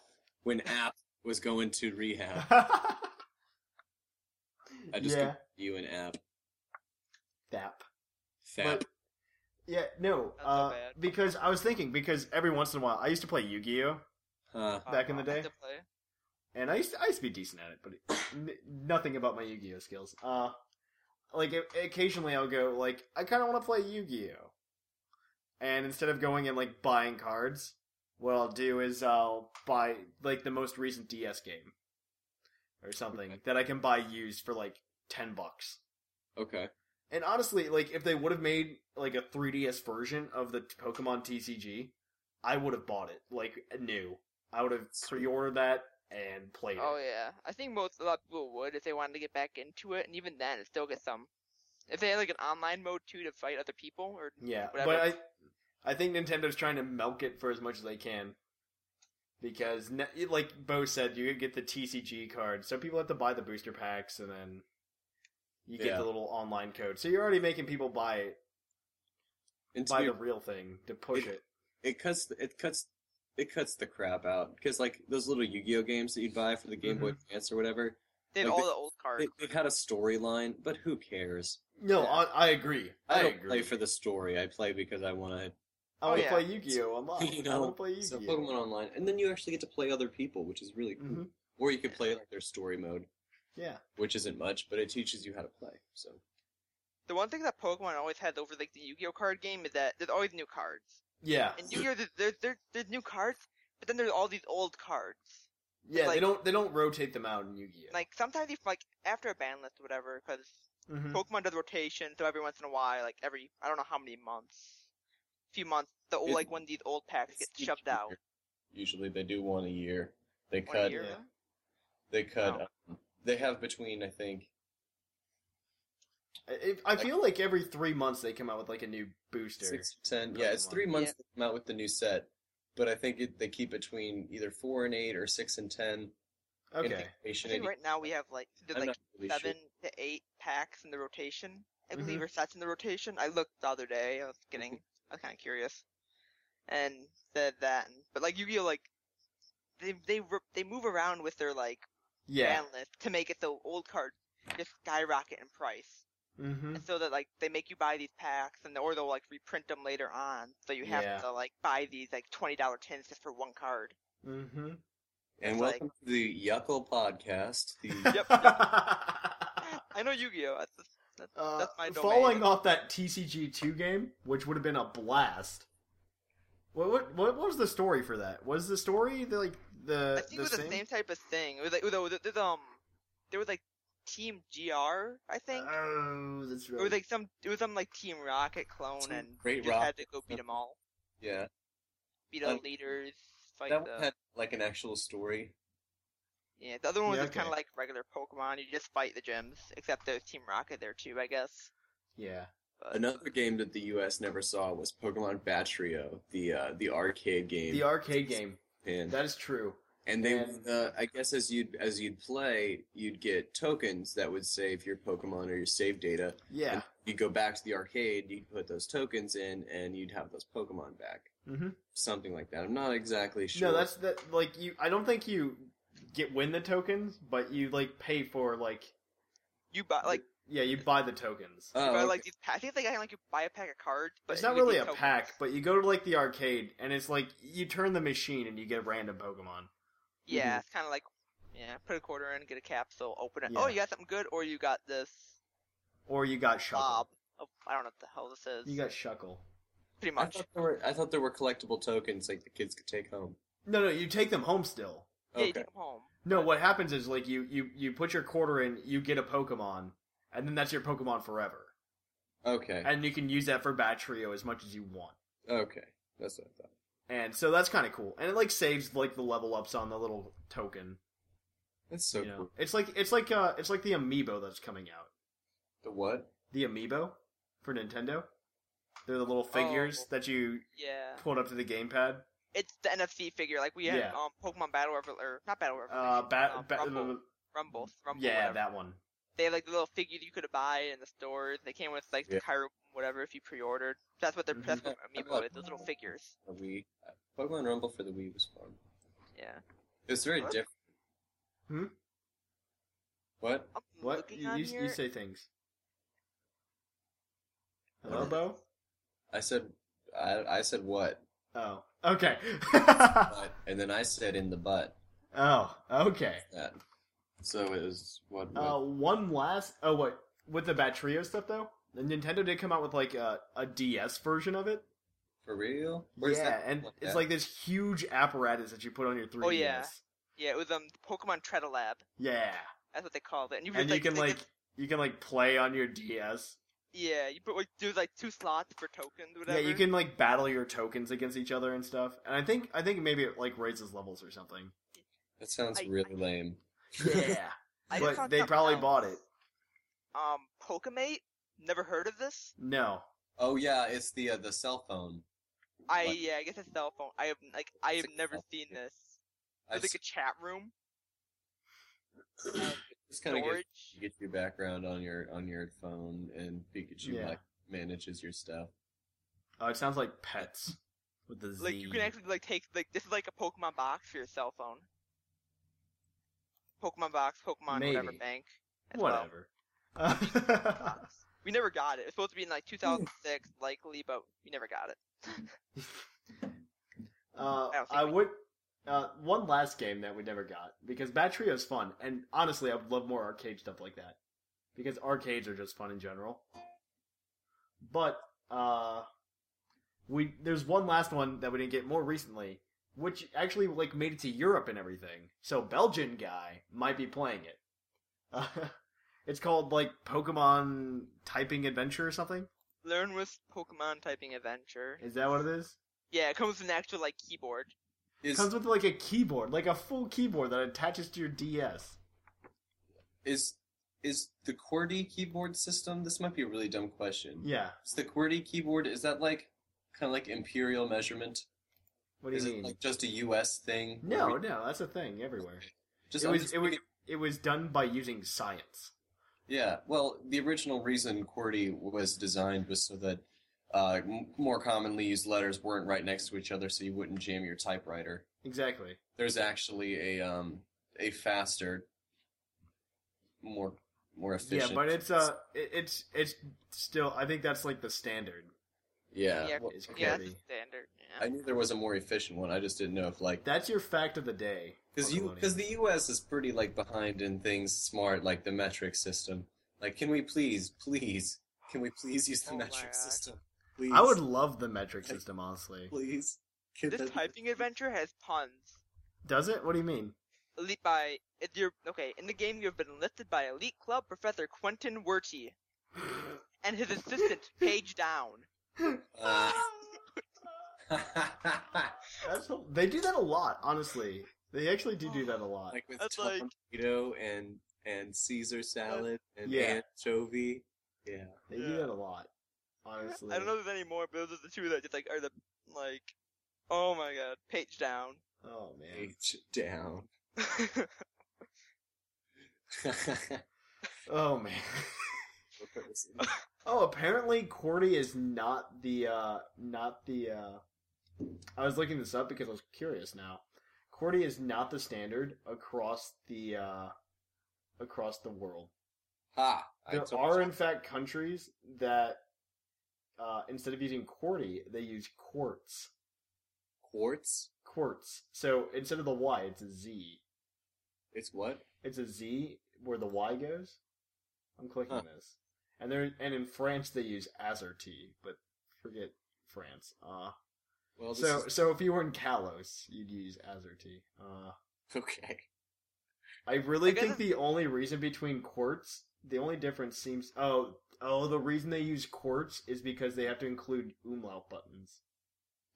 [SPEAKER 8] when App was going to rehab, I just
[SPEAKER 5] yeah,
[SPEAKER 8] you and App,
[SPEAKER 5] Thap.
[SPEAKER 8] Thap.
[SPEAKER 5] But- Yeah, no,
[SPEAKER 7] That's not
[SPEAKER 5] uh,
[SPEAKER 7] bad.
[SPEAKER 5] because I was thinking because every once in a while I used to play Yu-Gi-Oh,
[SPEAKER 8] huh.
[SPEAKER 5] Back in the
[SPEAKER 7] Um, I had
[SPEAKER 5] day?
[SPEAKER 7] to play.
[SPEAKER 5] and I used to, I used to be decent at it, but it, n- nothing about my Yu-Gi-Oh skills. Uh, like o- occasionally I'll go like I kind of want to play Yu-Gi-Oh, and instead of going and like buying cards, what I'll do is I'll buy like the most recent DS game or something
[SPEAKER 8] Okay.
[SPEAKER 5] that I can buy used for like ten bucks.
[SPEAKER 8] okay.
[SPEAKER 5] And honestly, like if they would have made like a 3DS version of the Pokemon TCG, I would have bought it like new. I would have pre-ordered that and played
[SPEAKER 7] Oh
[SPEAKER 5] it.
[SPEAKER 7] yeah, I think most a lot of people would if they wanted to get back into it, and even then, it still gets some. If they had like an online mode too to fight other people, or
[SPEAKER 5] Yeah,
[SPEAKER 7] Whatever.
[SPEAKER 5] but I, I think Nintendo's trying to milk it for as much as they can, because ne- like Bo said, you get the TCG card, so people have to buy the booster packs, and then you get
[SPEAKER 8] Yeah.
[SPEAKER 5] the little online code. So you're already making people buy it,
[SPEAKER 8] And to
[SPEAKER 5] buy
[SPEAKER 8] be
[SPEAKER 5] the real thing to push
[SPEAKER 8] It-
[SPEAKER 5] it.
[SPEAKER 8] it cuts it cuts it cuts the crap out because like those little Yu-Gi-Oh games that you'd buy for the Game Boy
[SPEAKER 5] Mm-hmm.
[SPEAKER 8] Advance or whatever,
[SPEAKER 7] they have
[SPEAKER 8] Like,
[SPEAKER 7] all
[SPEAKER 8] they-
[SPEAKER 7] the old cards.
[SPEAKER 8] they, they've had a storyline, but who cares?
[SPEAKER 5] No,
[SPEAKER 7] Yeah.
[SPEAKER 5] I, I agree.
[SPEAKER 8] I,
[SPEAKER 5] I,
[SPEAKER 8] don't
[SPEAKER 5] agree.
[SPEAKER 8] play for the story. I play because I want
[SPEAKER 5] I want
[SPEAKER 7] Oh,
[SPEAKER 5] to
[SPEAKER 7] yeah.
[SPEAKER 5] play Yu-Gi-Oh online.
[SPEAKER 8] to, [LAUGHS] you
[SPEAKER 5] I
[SPEAKER 8] know,
[SPEAKER 5] want to play Yu-Gi-Oh.
[SPEAKER 8] so Pokemon Online, and then you actually get to play other people, which is really cool.
[SPEAKER 5] Mhm.
[SPEAKER 8] Or you could play like their story mode,
[SPEAKER 5] Yeah,
[SPEAKER 8] which isn't much, but it teaches you how to play. So
[SPEAKER 7] The one thing that Pokemon always had over like the Yu-Gi-Oh card game is that there's always new cards.
[SPEAKER 5] yeah,
[SPEAKER 7] And Yu-Gi-Oh, there's there's, there's, there's new cards, but then there's all these old cards.
[SPEAKER 5] yeah. they
[SPEAKER 7] like-
[SPEAKER 5] don't they don't rotate them out in Yu-Gi-Oh.
[SPEAKER 7] Like sometimes if like after a ban list or whatever, because
[SPEAKER 5] Mhm.
[SPEAKER 8] Mm-hmm.
[SPEAKER 7] Pokemon does rotation, so every once in a while, like every I don't know how many months, few months, the old
[SPEAKER 8] It-
[SPEAKER 7] like one of these old packs
[SPEAKER 8] It's
[SPEAKER 7] gets shoved out.
[SPEAKER 8] Usually they do one a year. They
[SPEAKER 7] One
[SPEAKER 8] cut.
[SPEAKER 7] year. Oh.
[SPEAKER 5] yeah.
[SPEAKER 8] They cut.
[SPEAKER 7] Wow.
[SPEAKER 8] Um, they have between I think
[SPEAKER 5] I, it- I feel like every three months they come out with like a new booster.
[SPEAKER 8] Six to ten.
[SPEAKER 5] Not
[SPEAKER 8] Yeah, it's
[SPEAKER 5] one.
[SPEAKER 8] three months to come out with the new set, but I think it, they keep between either four and eight or six and ten. in
[SPEAKER 5] Okay,
[SPEAKER 7] I
[SPEAKER 8] rotation.
[SPEAKER 7] think
[SPEAKER 8] It-
[SPEAKER 7] right now we have like there's like
[SPEAKER 8] I'm not really sure. Mm-hmm.
[SPEAKER 7] seven to eight packs in the rotation. I believe or sets in the rotation. I looked the other day. I was getting I was kind of curious, and said that. But like Yu-Gi-Oh, like they they re- they move around with their like
[SPEAKER 5] yeah.
[SPEAKER 7] ban list to make it so old cards just skyrocket in price.
[SPEAKER 5] Mm-hmm.
[SPEAKER 7] And so that like they make you buy these packs and or they'll like reprint them later on so you have
[SPEAKER 5] Yeah.
[SPEAKER 7] to like buy these like $20 tins just for one card
[SPEAKER 5] [LAUGHS] Mm-hmm.
[SPEAKER 8] And
[SPEAKER 7] It's
[SPEAKER 8] welcome to the Yuckle podcast.
[SPEAKER 7] [LAUGHS]
[SPEAKER 8] The,
[SPEAKER 5] [LAUGHS]
[SPEAKER 7] Yep.
[SPEAKER 5] uh,
[SPEAKER 7] i know yu-gi-oh that's, that's, that's, that's my domain.
[SPEAKER 5] following off that TCG two game, which would have been a blast. What what what was the story for that? Was the story the, like the
[SPEAKER 7] i think it
[SPEAKER 5] the
[SPEAKER 7] was
[SPEAKER 5] same?
[SPEAKER 7] the same type of thing it was like it was, it was, um there was like team gr i think
[SPEAKER 5] Oh, that's right.
[SPEAKER 7] it was like some it was some like team rocket clone
[SPEAKER 8] Team
[SPEAKER 7] and
[SPEAKER 8] Great
[SPEAKER 7] you just had to go beat them all
[SPEAKER 8] yeah,
[SPEAKER 7] beat all
[SPEAKER 8] Um,
[SPEAKER 7] the leaders fight
[SPEAKER 8] that
[SPEAKER 7] the
[SPEAKER 8] one had like an actual story.
[SPEAKER 7] yeah the other one was
[SPEAKER 5] Yeah,
[SPEAKER 7] just kind of
[SPEAKER 5] okay.
[SPEAKER 7] like regular pokemon you just fight the gyms except there's team rocket there too i guess
[SPEAKER 5] yeah.
[SPEAKER 7] but,
[SPEAKER 8] Another game that the U.S. never saw was Pokemon Batrio, the uh, the arcade game.
[SPEAKER 5] The arcade game.
[SPEAKER 8] and
[SPEAKER 5] That is true.
[SPEAKER 8] And they,
[SPEAKER 5] And-
[SPEAKER 8] uh, I guess, as you'd as you'd play, you'd get tokens that would save your Pokemon or your save data.
[SPEAKER 5] Yeah.
[SPEAKER 8] You would go back to the arcade, you'd put those tokens in, and you'd have those Pokemon back.
[SPEAKER 5] Mm-hmm.
[SPEAKER 8] Something like that. I'm not exactly sure.
[SPEAKER 5] No, that's that. Like you, I don't think you get win the tokens, but you like pay for like
[SPEAKER 7] You buy like
[SPEAKER 5] yeah, you buy the tokens.
[SPEAKER 8] Oh,
[SPEAKER 7] you buy
[SPEAKER 8] okay.
[SPEAKER 7] like these. pa- I think they can like you buy a pack of cards, but
[SPEAKER 5] it's not
[SPEAKER 7] you get
[SPEAKER 5] really
[SPEAKER 7] these
[SPEAKER 5] a
[SPEAKER 7] tokens.
[SPEAKER 5] pack, but you go to like the arcade, and it's like you turn the machine and you get random Pokemon.
[SPEAKER 7] Yeah, it's kind of like yeah, put a quarter in, get a capsule, open it. Oh,
[SPEAKER 5] Yeah.
[SPEAKER 7] you got something good, or you got this
[SPEAKER 5] Or you got Shuckle.
[SPEAKER 7] bob. Of, I don't know what the hell this is.
[SPEAKER 5] You got Shuckle.
[SPEAKER 7] pretty
[SPEAKER 8] I
[SPEAKER 7] much.
[SPEAKER 8] thought, there were, I thought there were collectible tokens like the kids could take home.
[SPEAKER 5] No, no, you take them home still.
[SPEAKER 7] Yeah, you
[SPEAKER 8] Okay.
[SPEAKER 7] take them home.
[SPEAKER 5] No, what happens is like you you you put your quarter in, you get a Pokemon, and then that's your Pokemon forever,
[SPEAKER 8] Okay.
[SPEAKER 5] and you can use that for Batrio as much as you want.
[SPEAKER 8] Okay. That's what I thought.
[SPEAKER 5] And so that's kind of cool, and it like saves like the level ups on the little token.
[SPEAKER 8] That's so
[SPEAKER 5] you know,
[SPEAKER 8] cool.
[SPEAKER 5] it's like it's like uh it's like the amiibo that's coming out.
[SPEAKER 8] The what?
[SPEAKER 5] The amiibo for Nintendo. They're the little figures
[SPEAKER 7] Oh.
[SPEAKER 5] that you
[SPEAKER 7] Yeah,
[SPEAKER 5] put up to the gamepad.
[SPEAKER 7] it's the NFC figure. Like we had
[SPEAKER 5] Yeah.
[SPEAKER 7] um Pokemon Battle Revel or not Battle Revel.
[SPEAKER 5] Uh, bat,
[SPEAKER 7] um,
[SPEAKER 5] bat-
[SPEAKER 7] Rumble, Rumble, Rumble.
[SPEAKER 5] yeah,
[SPEAKER 7] whatever.
[SPEAKER 5] that one.
[SPEAKER 7] they had like the little figure you could buy in the stores. They came with like the
[SPEAKER 8] Yeah.
[SPEAKER 7] Kyro whatever if you pre-ordered. That's what they're
[SPEAKER 5] Mm-hmm.
[SPEAKER 7] that's what Amiibo is. Those little figures.
[SPEAKER 8] The Wii. Pokemon Rumble for the Wii was fun.
[SPEAKER 7] Yeah.
[SPEAKER 8] It was very
[SPEAKER 7] What?
[SPEAKER 8] different.
[SPEAKER 5] Hmm?
[SPEAKER 8] What?
[SPEAKER 7] I'm
[SPEAKER 5] What
[SPEAKER 7] looking
[SPEAKER 5] you,
[SPEAKER 7] on
[SPEAKER 5] you,
[SPEAKER 7] here.
[SPEAKER 5] you say things? Hello,
[SPEAKER 8] What?
[SPEAKER 5] Bo.
[SPEAKER 8] I said. I, I said what?
[SPEAKER 5] Oh, okay. [LAUGHS]
[SPEAKER 8] But, and then I said in the butt.
[SPEAKER 5] oh, okay.
[SPEAKER 8] That. So it was what? what?
[SPEAKER 5] Uh, one last. Oh, what with the Batrio stuff though? The Nintendo did come out with like a, a DS version of it.
[SPEAKER 8] for real?
[SPEAKER 5] yeah, and
[SPEAKER 8] Like
[SPEAKER 5] it's
[SPEAKER 8] that?
[SPEAKER 5] like this huge apparatus that you put on your 3DS.
[SPEAKER 7] yeah. Yeah, it was um Pokemon Treadalab.
[SPEAKER 5] Yeah.
[SPEAKER 7] That's what they called it. And you,
[SPEAKER 5] and
[SPEAKER 7] Oh, like,
[SPEAKER 5] you can
[SPEAKER 7] they
[SPEAKER 5] like
[SPEAKER 7] did-
[SPEAKER 5] you can like play on your DS.
[SPEAKER 7] yeah, you put like there's like two slots for tokens, whatever.
[SPEAKER 5] Yeah, you can like battle your tokens against each other and stuff. And I think I think maybe it like raises levels or something.
[SPEAKER 8] that sounds
[SPEAKER 7] I-
[SPEAKER 8] really
[SPEAKER 7] I-
[SPEAKER 8] lame.
[SPEAKER 5] [LAUGHS] Yeah,
[SPEAKER 7] I just
[SPEAKER 5] but
[SPEAKER 7] found
[SPEAKER 5] they
[SPEAKER 7] something
[SPEAKER 5] probably
[SPEAKER 7] else.
[SPEAKER 5] bought it.
[SPEAKER 7] Um, Pokemate. Never heard of this.
[SPEAKER 5] No,
[SPEAKER 8] Oh yeah, it's the uh, the cell phone.
[SPEAKER 7] I
[SPEAKER 8] What?
[SPEAKER 7] yeah, I guess a cell phone. I have like I
[SPEAKER 8] It's
[SPEAKER 7] have
[SPEAKER 8] a
[SPEAKER 7] never
[SPEAKER 8] cell
[SPEAKER 7] seen
[SPEAKER 8] phone.
[SPEAKER 7] this.
[SPEAKER 8] I
[SPEAKER 7] It's like a chat room.
[SPEAKER 8] just kind of get
[SPEAKER 7] storage.
[SPEAKER 8] get your background on your on your phone, and Pikachu
[SPEAKER 5] Yeah.
[SPEAKER 8] like manages your stuff.
[SPEAKER 5] oh, it sounds like pets with the Z.
[SPEAKER 7] Like you can actually like take like this is like a Pokemon box for your cell phone. Pokemon box, Pokemon whatever
[SPEAKER 5] Maybe.
[SPEAKER 7] bank. as well.
[SPEAKER 5] whatever. Uh, [LAUGHS]
[SPEAKER 7] [LAUGHS] We never got it. It was supposed to be in [LAUGHS] like 2006, likely, but we never got it.
[SPEAKER 5] [LAUGHS] Uh,
[SPEAKER 7] don't think
[SPEAKER 5] I
[SPEAKER 7] we-
[SPEAKER 5] would. Uh, one last game that we never got because Bat Trio's fun, and honestly, I would love more arcade stuff like that because arcades are just fun in general. But uh, we there's one last one that we didn't get more recently, which actually like made it to Europe and everything. So Belgian guy might be playing it. [LAUGHS] Uh, it's called like Pokemon Typing Adventure or something.
[SPEAKER 7] Learn with Pokemon typing adventure.
[SPEAKER 5] Is that what it is?
[SPEAKER 7] Yeah, it comes with an actual like keyboard.
[SPEAKER 8] Is
[SPEAKER 5] comes with like a keyboard, like a full keyboard that attaches to your DS.
[SPEAKER 8] is is the QWERTY keyboard system? This might be a really dumb question.
[SPEAKER 5] Yeah.
[SPEAKER 8] Is the QWERTY keyboard is that like kind of like imperial measurement?
[SPEAKER 5] What do
[SPEAKER 8] is
[SPEAKER 5] you
[SPEAKER 8] it
[SPEAKER 5] mean?
[SPEAKER 8] like just a U.S. thing?
[SPEAKER 5] no,
[SPEAKER 8] Or we-
[SPEAKER 5] no, that's a thing everywhere.
[SPEAKER 8] just,
[SPEAKER 5] it
[SPEAKER 8] I'm
[SPEAKER 5] was
[SPEAKER 8] just
[SPEAKER 5] it was
[SPEAKER 8] thinking-
[SPEAKER 5] it was done by using science.
[SPEAKER 8] Yeah, well, the original reason QWERTY was designed was so that uh, m- more commonly used letters weren't right next to each other, so you wouldn't jam your typewriter.
[SPEAKER 5] Exactly.
[SPEAKER 8] There's actually a um, a faster, more more efficient.
[SPEAKER 5] Yeah, but it's uh it, it's it's still I think that's like the standard.
[SPEAKER 8] yeah.
[SPEAKER 7] Yeah,
[SPEAKER 8] well,
[SPEAKER 5] It's
[SPEAKER 7] Yeah, that's
[SPEAKER 5] QWERTY.
[SPEAKER 7] standard.
[SPEAKER 8] I
[SPEAKER 7] Yeah.
[SPEAKER 8] knew there was a more efficient one. I just didn't know if like
[SPEAKER 5] That's your fact of the day.
[SPEAKER 8] because you
[SPEAKER 5] Pokemon.
[SPEAKER 8] because the U.S. is pretty like behind in things smart like the metric system. Like, can we please, please, can we please use the
[SPEAKER 7] Oh my
[SPEAKER 8] metric
[SPEAKER 7] God.
[SPEAKER 8] system? Please,
[SPEAKER 5] I would love the metric system, honestly.
[SPEAKER 8] please. Can
[SPEAKER 7] This
[SPEAKER 8] that-
[SPEAKER 7] typing adventure has puns.
[SPEAKER 5] Does it? What do you mean?
[SPEAKER 7] Elite by if you're okay in the game. You have been lifted by elite club professor Quentin Werty and his assistant Paige Down.
[SPEAKER 8] Uh, [LAUGHS]
[SPEAKER 5] That's they do that a lot, honestly. They actually do do that a lot.
[SPEAKER 8] like with
[SPEAKER 7] That's like-
[SPEAKER 8] tomato and and Caesar salad and
[SPEAKER 5] Yeah.
[SPEAKER 8] anchovy. Yeah,
[SPEAKER 5] They do
[SPEAKER 7] yeah.
[SPEAKER 5] that a lot. Honestly.
[SPEAKER 7] I don't know if there's any more, but those are the two that just like are the like. Oh my god, Paige Down.
[SPEAKER 5] Oh man.
[SPEAKER 8] H down. [LAUGHS]
[SPEAKER 5] Oh man. [LAUGHS] Oh, apparently QWERTY is not the uh not the uh I was looking this up because I was curious now. QWERTY is not the standard across the uh across the world.
[SPEAKER 8] ha! I
[SPEAKER 5] There
[SPEAKER 8] told
[SPEAKER 5] are
[SPEAKER 8] you.
[SPEAKER 5] in fact countries that uh instead of using QWERTY, they use quartz.
[SPEAKER 8] quartz.
[SPEAKER 5] Quartz. So instead of the Y, it's a Z.
[SPEAKER 8] It's what?
[SPEAKER 5] It's a Z where the Y goes. I'm clicking
[SPEAKER 8] Huh.
[SPEAKER 5] this, and they're and in France they use azerty, but forget France. Uh,
[SPEAKER 8] Well, this
[SPEAKER 5] so
[SPEAKER 8] is- [LAUGHS]
[SPEAKER 5] so if you were in Kalos, you'd use azerty. Uh,
[SPEAKER 8] okay.
[SPEAKER 5] I really
[SPEAKER 7] I guess
[SPEAKER 5] think the only reason between quartz, the only difference seems oh oh the reason they use quartz is because they have to include umlaut buttons.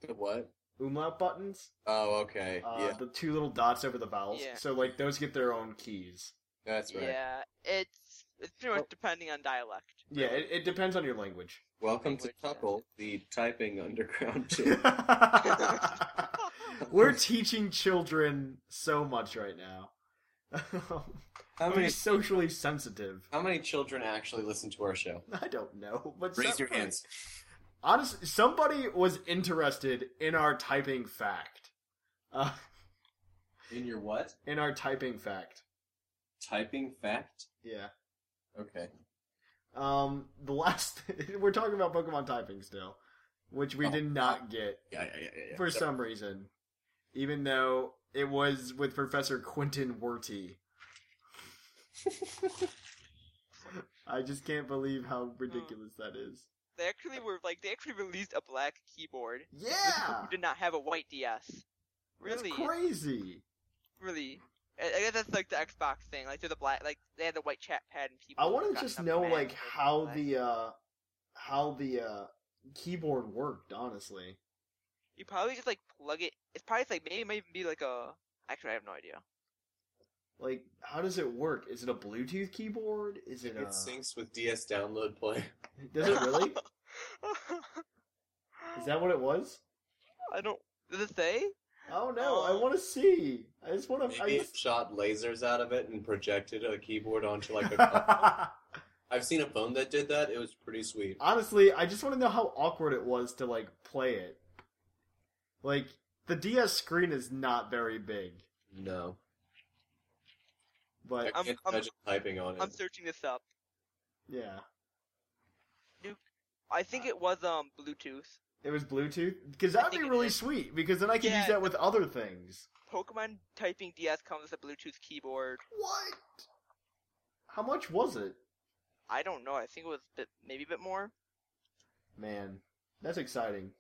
[SPEAKER 8] The what?
[SPEAKER 5] Umlaut buttons,
[SPEAKER 8] Oh, okay.
[SPEAKER 5] uh,
[SPEAKER 8] yeah,
[SPEAKER 5] the two little dots over the vowels.
[SPEAKER 7] Yeah.
[SPEAKER 5] So like those get their own keys.
[SPEAKER 8] that's right.
[SPEAKER 7] Yeah, it's it's pretty much
[SPEAKER 8] Well-
[SPEAKER 7] depending on dialect.
[SPEAKER 5] Yeah, it, it depends on your
[SPEAKER 8] [LAUGHS]
[SPEAKER 5] language. [LAUGHS]
[SPEAKER 8] Welcome to
[SPEAKER 7] Language, yeah.
[SPEAKER 8] Tuckle, the typing underground channel.
[SPEAKER 5] We're teaching children so much right now. [LAUGHS]
[SPEAKER 8] How
[SPEAKER 5] I'm
[SPEAKER 8] many?
[SPEAKER 5] socially sensitive.
[SPEAKER 8] How many children actually listen to our show?
[SPEAKER 5] I don't know, but
[SPEAKER 8] Raise
[SPEAKER 5] some-
[SPEAKER 8] your hands.
[SPEAKER 5] Honestly, somebody was interested in our typing fact. Uh,
[SPEAKER 8] In your what?
[SPEAKER 5] in our typing fact,
[SPEAKER 8] Typing fact.
[SPEAKER 5] yeah.
[SPEAKER 8] Okay.
[SPEAKER 5] Um, the last [LAUGHS] we're talking about Pokemon typing still, which we
[SPEAKER 8] Oh.
[SPEAKER 5] did not get
[SPEAKER 8] Yeah, yeah, yeah, yeah. yeah.
[SPEAKER 5] for some reason, even though it was with Professor Quentin
[SPEAKER 8] [LAUGHS]
[SPEAKER 5] Werty. I just can't believe how ridiculous that is.
[SPEAKER 7] [LAUGHS] They actually were like they actually released a black keyboard. for people
[SPEAKER 5] Yeah,
[SPEAKER 7] who did not have a white DS. Really,
[SPEAKER 5] that's crazy.
[SPEAKER 7] really. I I guess that's like the Xbox thing. Like they're the black, like they had the white chat pad and people.
[SPEAKER 5] I want to
[SPEAKER 7] got
[SPEAKER 5] just
[SPEAKER 7] up
[SPEAKER 5] know
[SPEAKER 7] mad
[SPEAKER 5] like
[SPEAKER 7] and
[SPEAKER 5] how
[SPEAKER 7] like-
[SPEAKER 5] the uh how the uh keyboard worked. Honestly,
[SPEAKER 7] You probably just like plug it. It's probably like maybe it might even be like a. Actually, I have no idea.
[SPEAKER 5] like how does it work? Is it a Bluetooth keyboard? Is it
[SPEAKER 8] It
[SPEAKER 5] a?
[SPEAKER 8] syncs with DS download
[SPEAKER 5] [LAUGHS]
[SPEAKER 8] play.
[SPEAKER 5] Does it
[SPEAKER 8] [LAUGHS]
[SPEAKER 5] really? Is that what it was?
[SPEAKER 7] [LAUGHS] I don't. Does it say?
[SPEAKER 5] Oh no! I want to see. I just want to. I
[SPEAKER 8] Maybe it
[SPEAKER 5] just...
[SPEAKER 8] shot lasers out of it and projected a keyboard
[SPEAKER 5] [LAUGHS]
[SPEAKER 8] onto [LAUGHS] like a. I've seen a phone that did that. It was pretty sweet.
[SPEAKER 5] Honestly, I just want to know how awkward it was to like play it. Like the DS screen is not very big,
[SPEAKER 8] No, I
[SPEAKER 5] but
[SPEAKER 7] I'm-
[SPEAKER 8] can't
[SPEAKER 7] I'm-
[SPEAKER 8] imagine typing on it.
[SPEAKER 7] I'm searching this up.
[SPEAKER 5] yeah,
[SPEAKER 7] I think it was um Bluetooth.
[SPEAKER 5] it was Bluetooth because
[SPEAKER 7] I
[SPEAKER 5] that'd be
[SPEAKER 7] think it
[SPEAKER 5] really
[SPEAKER 7] is.
[SPEAKER 5] sweet because then I could
[SPEAKER 7] Yeah.
[SPEAKER 5] use that with other things.
[SPEAKER 7] Pokemon typing DS comes with a Bluetooth keyboard.
[SPEAKER 5] What? How much was it?
[SPEAKER 7] I don't know. I think it was a bit, maybe a bit more.
[SPEAKER 5] Man, that's exciting.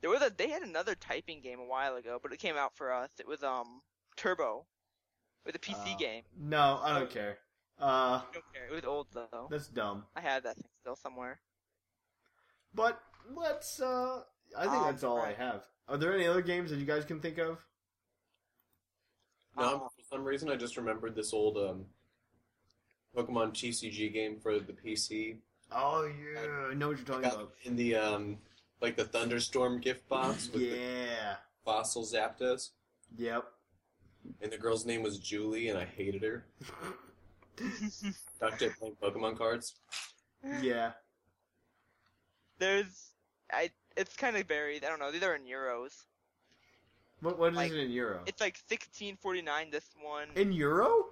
[SPEAKER 7] There was a they had another typing game a while ago, but it came out for us. It was um Turbo, with a PC
[SPEAKER 5] Uh,
[SPEAKER 7] game.
[SPEAKER 5] No, I don't care. Uh,
[SPEAKER 7] I don't care. It was old though.
[SPEAKER 5] that's dumb.
[SPEAKER 7] I have that thing
[SPEAKER 5] [LAUGHS]
[SPEAKER 7] still somewhere.
[SPEAKER 5] But let's. uh I think
[SPEAKER 7] Um,
[SPEAKER 5] that's all I
[SPEAKER 7] right.
[SPEAKER 5] have. Are there any other games that you guys can think of?
[SPEAKER 8] No, I'm-
[SPEAKER 5] uh,
[SPEAKER 7] Oh.
[SPEAKER 8] for some reason I just remembered this old um, Pokemon TCG game for the PC.
[SPEAKER 5] Oh yeah, I know what you're talking
[SPEAKER 8] Got
[SPEAKER 5] about.
[SPEAKER 8] in the um, like the thunderstorm gift box with the
[SPEAKER 5] Yeah.
[SPEAKER 8] fossil Zapdos,
[SPEAKER 5] Yep.
[SPEAKER 8] and the girl's name was Julie, and I hated her. Talked at playing Pokemon cards.
[SPEAKER 7] [LAUGHS]
[SPEAKER 5] Yeah.
[SPEAKER 7] There's I. It's kind of buried. I don't know. These are in euros.
[SPEAKER 5] What what is
[SPEAKER 7] Like,
[SPEAKER 5] it in euro?
[SPEAKER 7] It's like 16.49. This one.
[SPEAKER 5] In euro?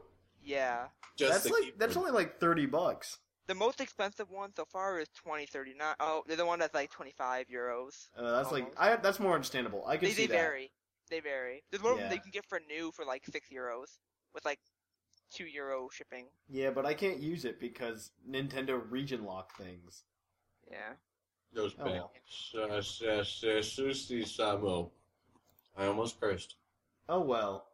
[SPEAKER 7] yeah.
[SPEAKER 8] Just
[SPEAKER 5] that's
[SPEAKER 8] the
[SPEAKER 5] like
[SPEAKER 8] keyboard.
[SPEAKER 5] that's only like thirty bucks.
[SPEAKER 7] The most expensive one so far is 20.39. Oh, the other one that's like 25 euros.
[SPEAKER 5] Uh, that's like
[SPEAKER 7] Almost.
[SPEAKER 5] I that's more understandable. I can
[SPEAKER 7] They,
[SPEAKER 5] see
[SPEAKER 7] they
[SPEAKER 5] that.
[SPEAKER 7] vary. They vary. There's one of them
[SPEAKER 5] Yeah.
[SPEAKER 7] they can get for new for like six euros with like two euro shipping.
[SPEAKER 5] Yeah, but I can't use it because Nintendo region lock things.
[SPEAKER 7] Yeah.
[SPEAKER 8] Goes
[SPEAKER 5] Oh,
[SPEAKER 8] back.
[SPEAKER 5] well.
[SPEAKER 8] Sh- sh- sh- Sushi Samo. uh, I almost cursed.
[SPEAKER 5] Oh well.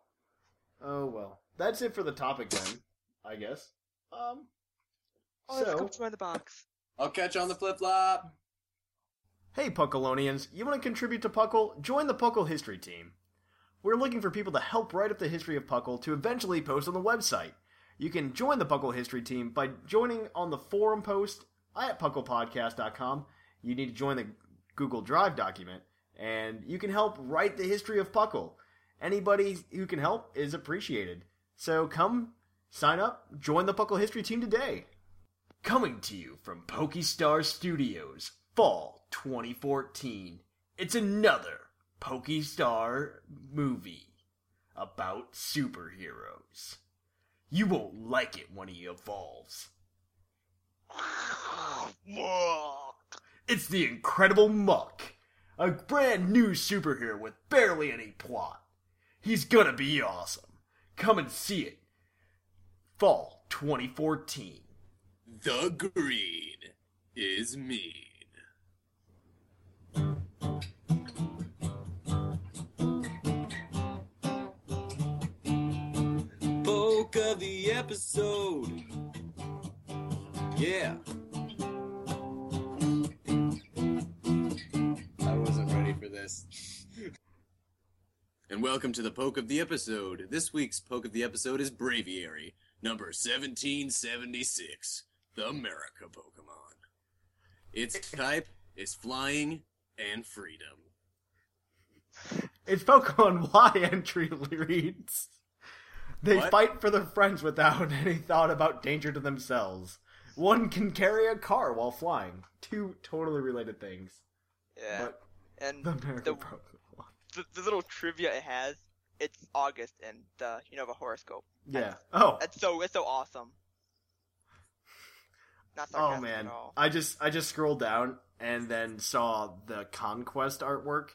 [SPEAKER 5] Oh well. That's it for the topic then, I guess. Um
[SPEAKER 7] Oh, so,
[SPEAKER 5] So-
[SPEAKER 7] come to the box.
[SPEAKER 8] I'll catch you on the flip flop.
[SPEAKER 5] Hey, Puckalonians! You want to contribute to Puckle? Join the Puckle History Team. We're looking for people to help write up the history of Puckle to eventually post on the website. You can join the Puckle History Team by joining on the forum post at PucklePodcast.com. You need to join the Google Drive document, and you can help write the history of Puckle. Anybody who can help is appreciated. So come sign up, join the Puckle History team today. Coming to you from Pokestar Studios, Fall 2014. It's another Pokestar movie about superheroes. You won't like it when he evolves.
[SPEAKER 7] [LAUGHS] Whoa.
[SPEAKER 5] It's the Incredible Muck, a brand new superhero with barely any plot. He's gonna be awesome. Come and see it. Fall 2014.
[SPEAKER 6] The green is mean.
[SPEAKER 8] Bulk of the episode. Yeah. I wasn't ready for this. and welcome to the poke of the episode. This week's poke of the episode is Braviary, number 1776, the America Pokemon. Its type is flying and freedom.
[SPEAKER 5] Its Pokemon [LAUGHS] Y entry reads They
[SPEAKER 8] What?
[SPEAKER 5] fight for their friends without [LAUGHS] any thought about danger to themselves. One can carry a car while flying. Two totally related things.
[SPEAKER 7] Yeah.
[SPEAKER 5] But
[SPEAKER 7] and
[SPEAKER 5] the American
[SPEAKER 7] the,
[SPEAKER 5] Pokemon.
[SPEAKER 7] the, the little trivia it has, it's August and the you know the horoscope.
[SPEAKER 5] Yeah. Oh.
[SPEAKER 7] That's so it's so awesome. Not
[SPEAKER 5] Oh
[SPEAKER 7] sarcastic
[SPEAKER 5] man,
[SPEAKER 7] at all.
[SPEAKER 5] I just I just scrolled down and then saw the conquest artwork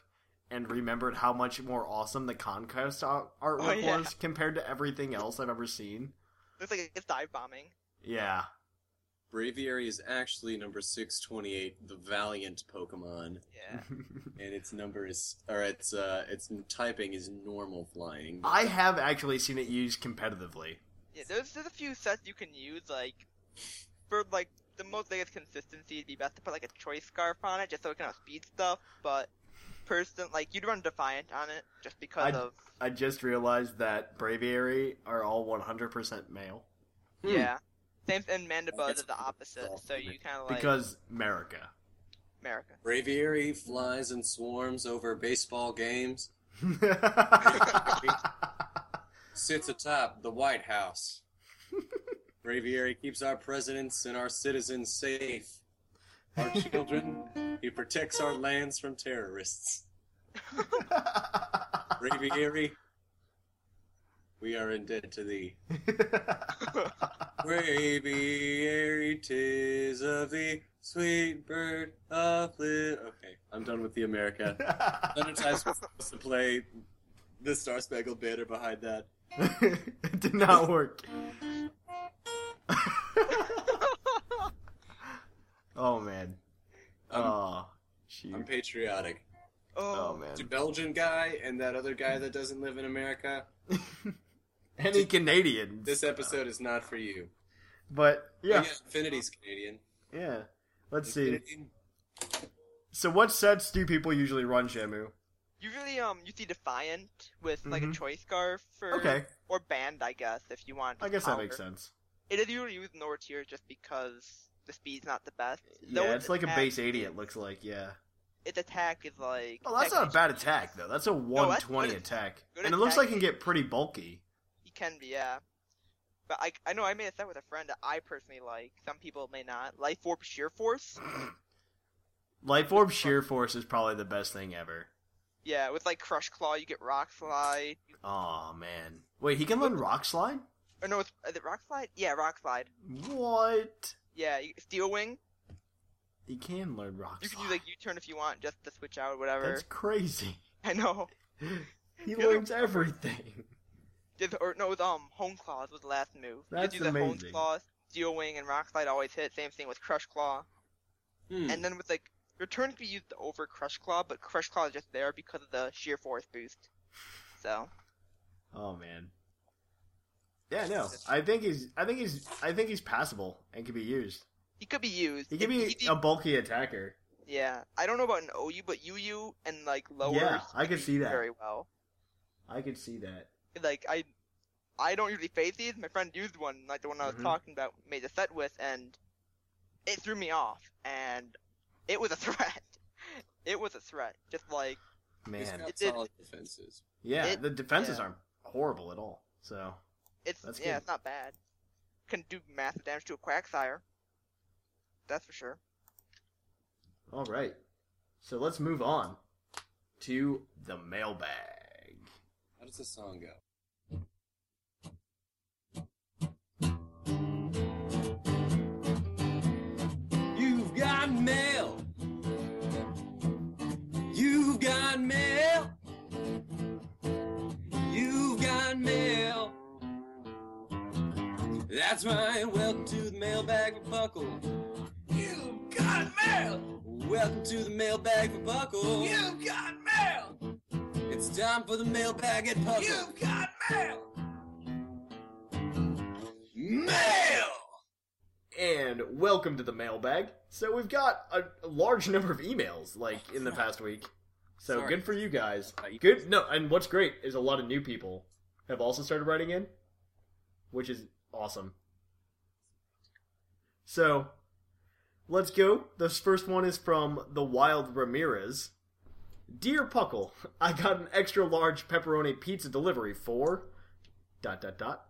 [SPEAKER 5] and remembered how much more awesome the conquest ar- artwork
[SPEAKER 7] Oh, yeah.
[SPEAKER 5] was compared to everything else I've ever seen.
[SPEAKER 7] Looks like it's dive bombing.
[SPEAKER 5] Yeah,
[SPEAKER 8] Braviary is actually number 628, the Valiant Pokemon.
[SPEAKER 5] [LAUGHS]
[SPEAKER 7] Yeah.
[SPEAKER 8] and its number is or its uh its typing is normal flying.
[SPEAKER 5] I have actually seen it used competitively.
[SPEAKER 7] Yeah, there's there's a few sets you can use like for like the most biggest consistency it'd be best to put like a choice scarf on it just so it can outspeed stuff, but person like you'd run defiant on it just because
[SPEAKER 5] I'd-
[SPEAKER 7] of
[SPEAKER 5] I just realized that Braviary are all 100% male
[SPEAKER 8] Hmm.
[SPEAKER 7] yeah. Same and Mandibuzz
[SPEAKER 8] That's
[SPEAKER 7] is the opposite, so you kinda like
[SPEAKER 5] because America. [LAUGHS]
[SPEAKER 7] America.
[SPEAKER 8] Braviary flies and swarms over baseball games, sits atop the White House. Braviary keeps our presidents and our citizens safe. Our children, he protects our lands from terrorists. Braviary, we are indebted to thee. Braviary, tis of thee, sweet bird of lit. Okay, I'm done with the America. Thundertide's supposed to play the Star Spangled Banner behind that.
[SPEAKER 5] it did not work. [LAUGHS] oh man.
[SPEAKER 8] I'm,
[SPEAKER 5] oh, shoot.
[SPEAKER 8] Um, I'm patriotic.
[SPEAKER 5] oh
[SPEAKER 7] oh,
[SPEAKER 8] The
[SPEAKER 5] man.
[SPEAKER 8] Belgian guy and that other guy that doesn't live in America.
[SPEAKER 5] Any Canadians?
[SPEAKER 8] This e- Oh, episode is not for you.
[SPEAKER 5] But yeah,
[SPEAKER 8] But Infinity's Canadian.
[SPEAKER 5] yeah. Let's see.
[SPEAKER 8] Infinity-
[SPEAKER 5] So, what sets do people usually run, Shamu?
[SPEAKER 7] Usually um you see defiant with like a
[SPEAKER 5] Mhm.
[SPEAKER 7] choice scarf or
[SPEAKER 5] Okay,
[SPEAKER 7] or band I guess if you want.
[SPEAKER 5] I guess that
[SPEAKER 7] power.
[SPEAKER 5] makes sense.
[SPEAKER 7] It is usually used in lower tier just because the speed's not the best.
[SPEAKER 5] Yeah,
[SPEAKER 7] Though
[SPEAKER 5] it's like a
[SPEAKER 7] attack-
[SPEAKER 5] base eighty. It looks like yeah.
[SPEAKER 7] its attack is like.
[SPEAKER 5] Oh, that's not a bad attack though. That's a one
[SPEAKER 7] that's
[SPEAKER 5] twenty
[SPEAKER 7] good.
[SPEAKER 5] attack,
[SPEAKER 7] Good
[SPEAKER 5] and it looks
[SPEAKER 7] attack.
[SPEAKER 5] like it can get pretty bulky.
[SPEAKER 7] He can be, yeah. But I, I know I made a set with a friend that I personally like. Some people may not. Life Orb Sheer Force.
[SPEAKER 5] Life Orb Sheer Force is probably the best thing ever.
[SPEAKER 7] Yeah, with like Crush Claw, you get Rock Slide.
[SPEAKER 5] Oh man. Wait, he can learn Rock Slide?
[SPEAKER 7] Or no, it's is it Rock Slide. Yeah, Rock Slide.
[SPEAKER 5] What?
[SPEAKER 7] Yeah, you, Steel Wing.
[SPEAKER 5] He can learn Rock
[SPEAKER 7] You can
[SPEAKER 5] Slide.
[SPEAKER 7] use like U turn if you want, just to switch out, whatever.
[SPEAKER 5] That's crazy.
[SPEAKER 7] [LAUGHS] I know.
[SPEAKER 5] He
[SPEAKER 7] other-
[SPEAKER 5] learns everything.
[SPEAKER 7] Did, or no, it was um Hone Claws was the last move.
[SPEAKER 5] That's
[SPEAKER 7] you could do the Hone
[SPEAKER 5] amazing.
[SPEAKER 7] Claws, Steel Wing, and Rock Slide always hit. Same thing with Crush Claw.
[SPEAKER 8] Hmm.
[SPEAKER 7] And then with like return could be used over Crush Claw, but Crush Claw is just there because of the sheer force boost. So
[SPEAKER 5] Oh man. Yeah, no. I think he's I think he's I think he's passable and can be used.
[SPEAKER 7] he could be used.
[SPEAKER 5] He can
[SPEAKER 7] If-
[SPEAKER 5] be
[SPEAKER 7] if he-
[SPEAKER 5] a bulky attacker.
[SPEAKER 7] yeah. I don't know about an OU, but UU and like lower.
[SPEAKER 5] Yeah, I
[SPEAKER 7] he
[SPEAKER 5] could see that.
[SPEAKER 7] very well.
[SPEAKER 5] I could see that.
[SPEAKER 7] Like I, I don't usually face these. My friend used one, like the one I was
[SPEAKER 5] Mhm.
[SPEAKER 7] talking about, made a set with, and [LAUGHS] it threw me off, and it was a threat. It was a threat. Just like
[SPEAKER 8] It's
[SPEAKER 5] Man,
[SPEAKER 8] got
[SPEAKER 7] It did-
[SPEAKER 8] solid defenses.
[SPEAKER 5] yeah,
[SPEAKER 7] it-
[SPEAKER 5] the defenses
[SPEAKER 7] yeah.
[SPEAKER 5] aren't horrible at all. So
[SPEAKER 7] It's
[SPEAKER 5] That's
[SPEAKER 7] yeah,
[SPEAKER 5] good.
[SPEAKER 7] it's not bad. Can do massive damage to a quagsire. That's for sure.
[SPEAKER 5] all right, so let's move on to the mailbag.
[SPEAKER 8] How does the song go? You've got mail. You've got mail. You've got mail. That's right. Welcome to the mailbag for Buckle. You've got mail. Welcome to the mailbag for Buckle. You've got mail. It's time for the mailbag at Puzzle. You've got mail! Mail!
[SPEAKER 5] And welcome to the mailbag. So we've got a, a large number of emails like in the past week. So
[SPEAKER 8] Sorry.
[SPEAKER 5] good for you guys.
[SPEAKER 8] Uh, you-
[SPEAKER 5] Good. No, and what's great is a lot of new people have also started writing in, which is awesome. So, let's go. This first one is from the Wild Ramirez. Dear Puckle, [LAUGHS] I got an extra large pepperoni pizza delivery for dot dot dot.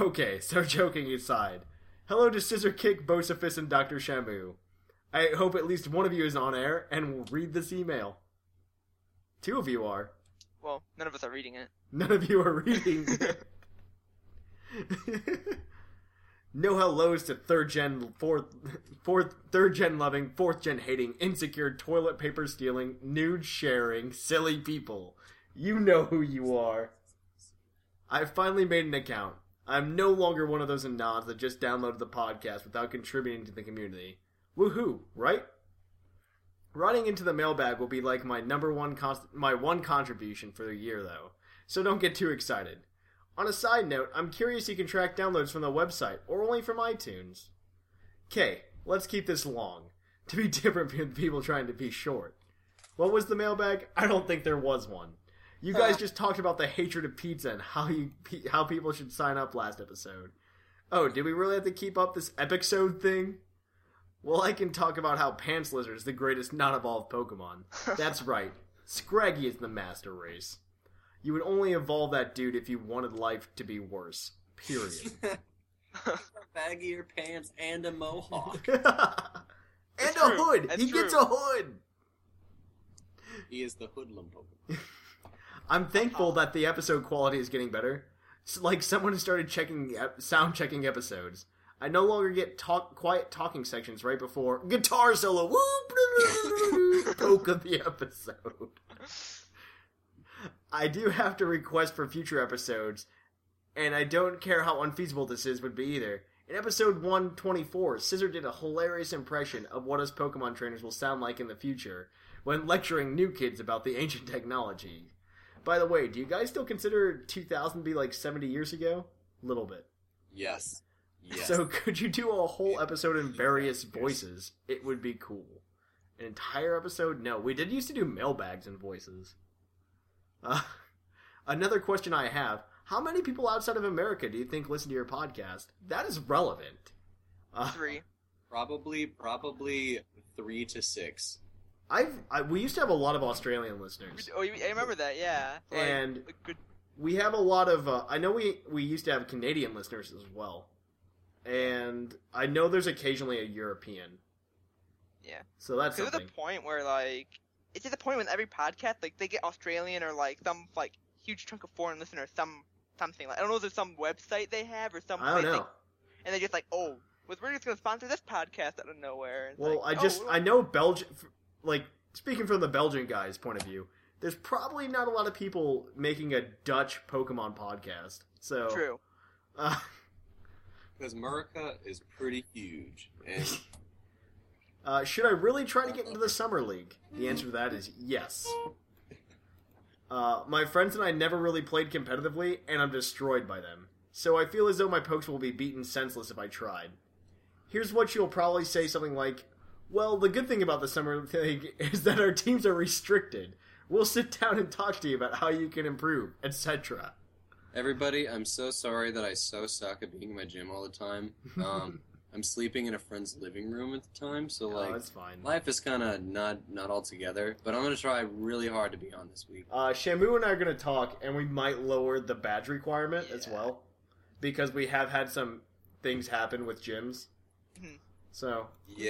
[SPEAKER 5] Okay, so [LAUGHS] joking aside, hello to Scissor Kick, Bosifus, and Doctor Shamu. I hope at least one of you is on air and will read this email. Two of you are.
[SPEAKER 7] Well, none of us are reading it. [LAUGHS]
[SPEAKER 5] None of you are reading. [LAUGHS] no hellos to third gen, fourth, fourth, third gen loving, fourth gen hating, insecure, toilet paper stealing, nude sharing, silly people. You know who you are. I finally made an account. I'm no longer one of those nods that just downloaded the podcast without contributing to the community. Woohoo! Right? Writing into the mailbag will be like my number one const- my one contribution for the year though. So don't get too excited. On a side note, I'm curious you can track downloads from the website or only from iTunes. Okay, let's keep this long [LAUGHS] to be different from people trying to be short. What was the mailbag? I don't think there was one. You guys just talked about the hatred of pizza and how you pe- how people should sign up last episode. Oh, did we really have to keep up this episode thing? Well, I can talk about how Pants Lizard is the greatest non-evolved Pokemon. That's right. Scraggy is the master race. You would only evolve that dude if you wanted life to be worse.
[SPEAKER 7] [LAUGHS]
[SPEAKER 5] Period.
[SPEAKER 8] Baggier pants and a mohawk.
[SPEAKER 5] [LAUGHS] and a
[SPEAKER 7] true.
[SPEAKER 5] hood.
[SPEAKER 7] That's
[SPEAKER 5] he gets
[SPEAKER 7] true.
[SPEAKER 5] a hood.
[SPEAKER 8] [LAUGHS] he is the hoodlum Pokemon.
[SPEAKER 5] I'm thankful that the episode quality is getting better. It's like someone started checking ep- sound checking episodes. I no longer get talk quiet talking sections right before guitar solo whoop [LAUGHS] poke of the episode. I do [LAUGHS] have to request for future episodes, and I don't care how unfeasible this is would be either. In episode 124, Scissor did a hilarious impression of what us Pokemon trainers will sound like in the future when lecturing new kids about the ancient [LAUGHS] technology. By the way, do you guys still consider 2000 to be like 70 years ago? little bit.
[SPEAKER 8] Yes. Yes.
[SPEAKER 5] So [LAUGHS] could you do a whole episode in various voices? It would be cool. An entire episode? No, we did used to do mailbags and voices. Uh, [LAUGHS] another question I have: How many people outside of America do you think listen to your podcast? That is relevant. Uh, [LAUGHS]
[SPEAKER 7] Three.
[SPEAKER 8] probably, probably three to six.
[SPEAKER 5] I've I, we used to have a lot of Australian
[SPEAKER 7] We-
[SPEAKER 5] listeners,
[SPEAKER 7] Oh, you- I remember that. Yeah. Like,
[SPEAKER 5] and
[SPEAKER 7] a good.
[SPEAKER 5] we have a lot of uh, i know we we used to have canadian listeners as well and i know there's occasionally a european
[SPEAKER 7] Yeah.
[SPEAKER 5] so that's
[SPEAKER 7] Because at
[SPEAKER 5] something
[SPEAKER 7] the point where like it's at the point with every podcast like they get Australian or like some like huge chunk of foreign listeners some something like I don't know if there's some website they have or some
[SPEAKER 5] i don't
[SPEAKER 7] place they-
[SPEAKER 5] know
[SPEAKER 7] and they're just like oh well, we're just gonna sponsor this podcast out of nowhere. And it's
[SPEAKER 5] well i
[SPEAKER 7] like,
[SPEAKER 5] just
[SPEAKER 7] oh,
[SPEAKER 5] i know belgium like speaking from the belgian guy's point of view there's probably not a lot of people making a dutch pokemon podcast so
[SPEAKER 7] true.
[SPEAKER 5] uh,
[SPEAKER 8] Because America is pretty huge. [LAUGHS] And
[SPEAKER 5] Uh, should I really try to get into the summer league? The answer to that is yes. Uh, my friends and I never really played competitively, and I'm destroyed by them. So I feel as though my pokes will be beaten senseless if I tried. Here's what you'll probably say something like, "Well, the good thing about the summer league [LAUGHS] is that our teams are restricted. We'll sit down and talk to you about how you can improve, etc."
[SPEAKER 8] [LAUGHS] everybody, I'm so sorry that I so suck at being in my gym all the time. Um, I'm sleeping in a friend's living room at the time, so
[SPEAKER 5] oh,
[SPEAKER 8] like
[SPEAKER 5] that's fine.
[SPEAKER 8] life is kind of not not all together. But I'm gonna try really hard to be on this week.
[SPEAKER 5] Uh, Shamu and I are going to talk, and we might lower the badge requirement as
[SPEAKER 8] Yeah.
[SPEAKER 5] well because we have had some things happen with gyms.
[SPEAKER 7] Mhm.
[SPEAKER 5] So
[SPEAKER 8] Yeah.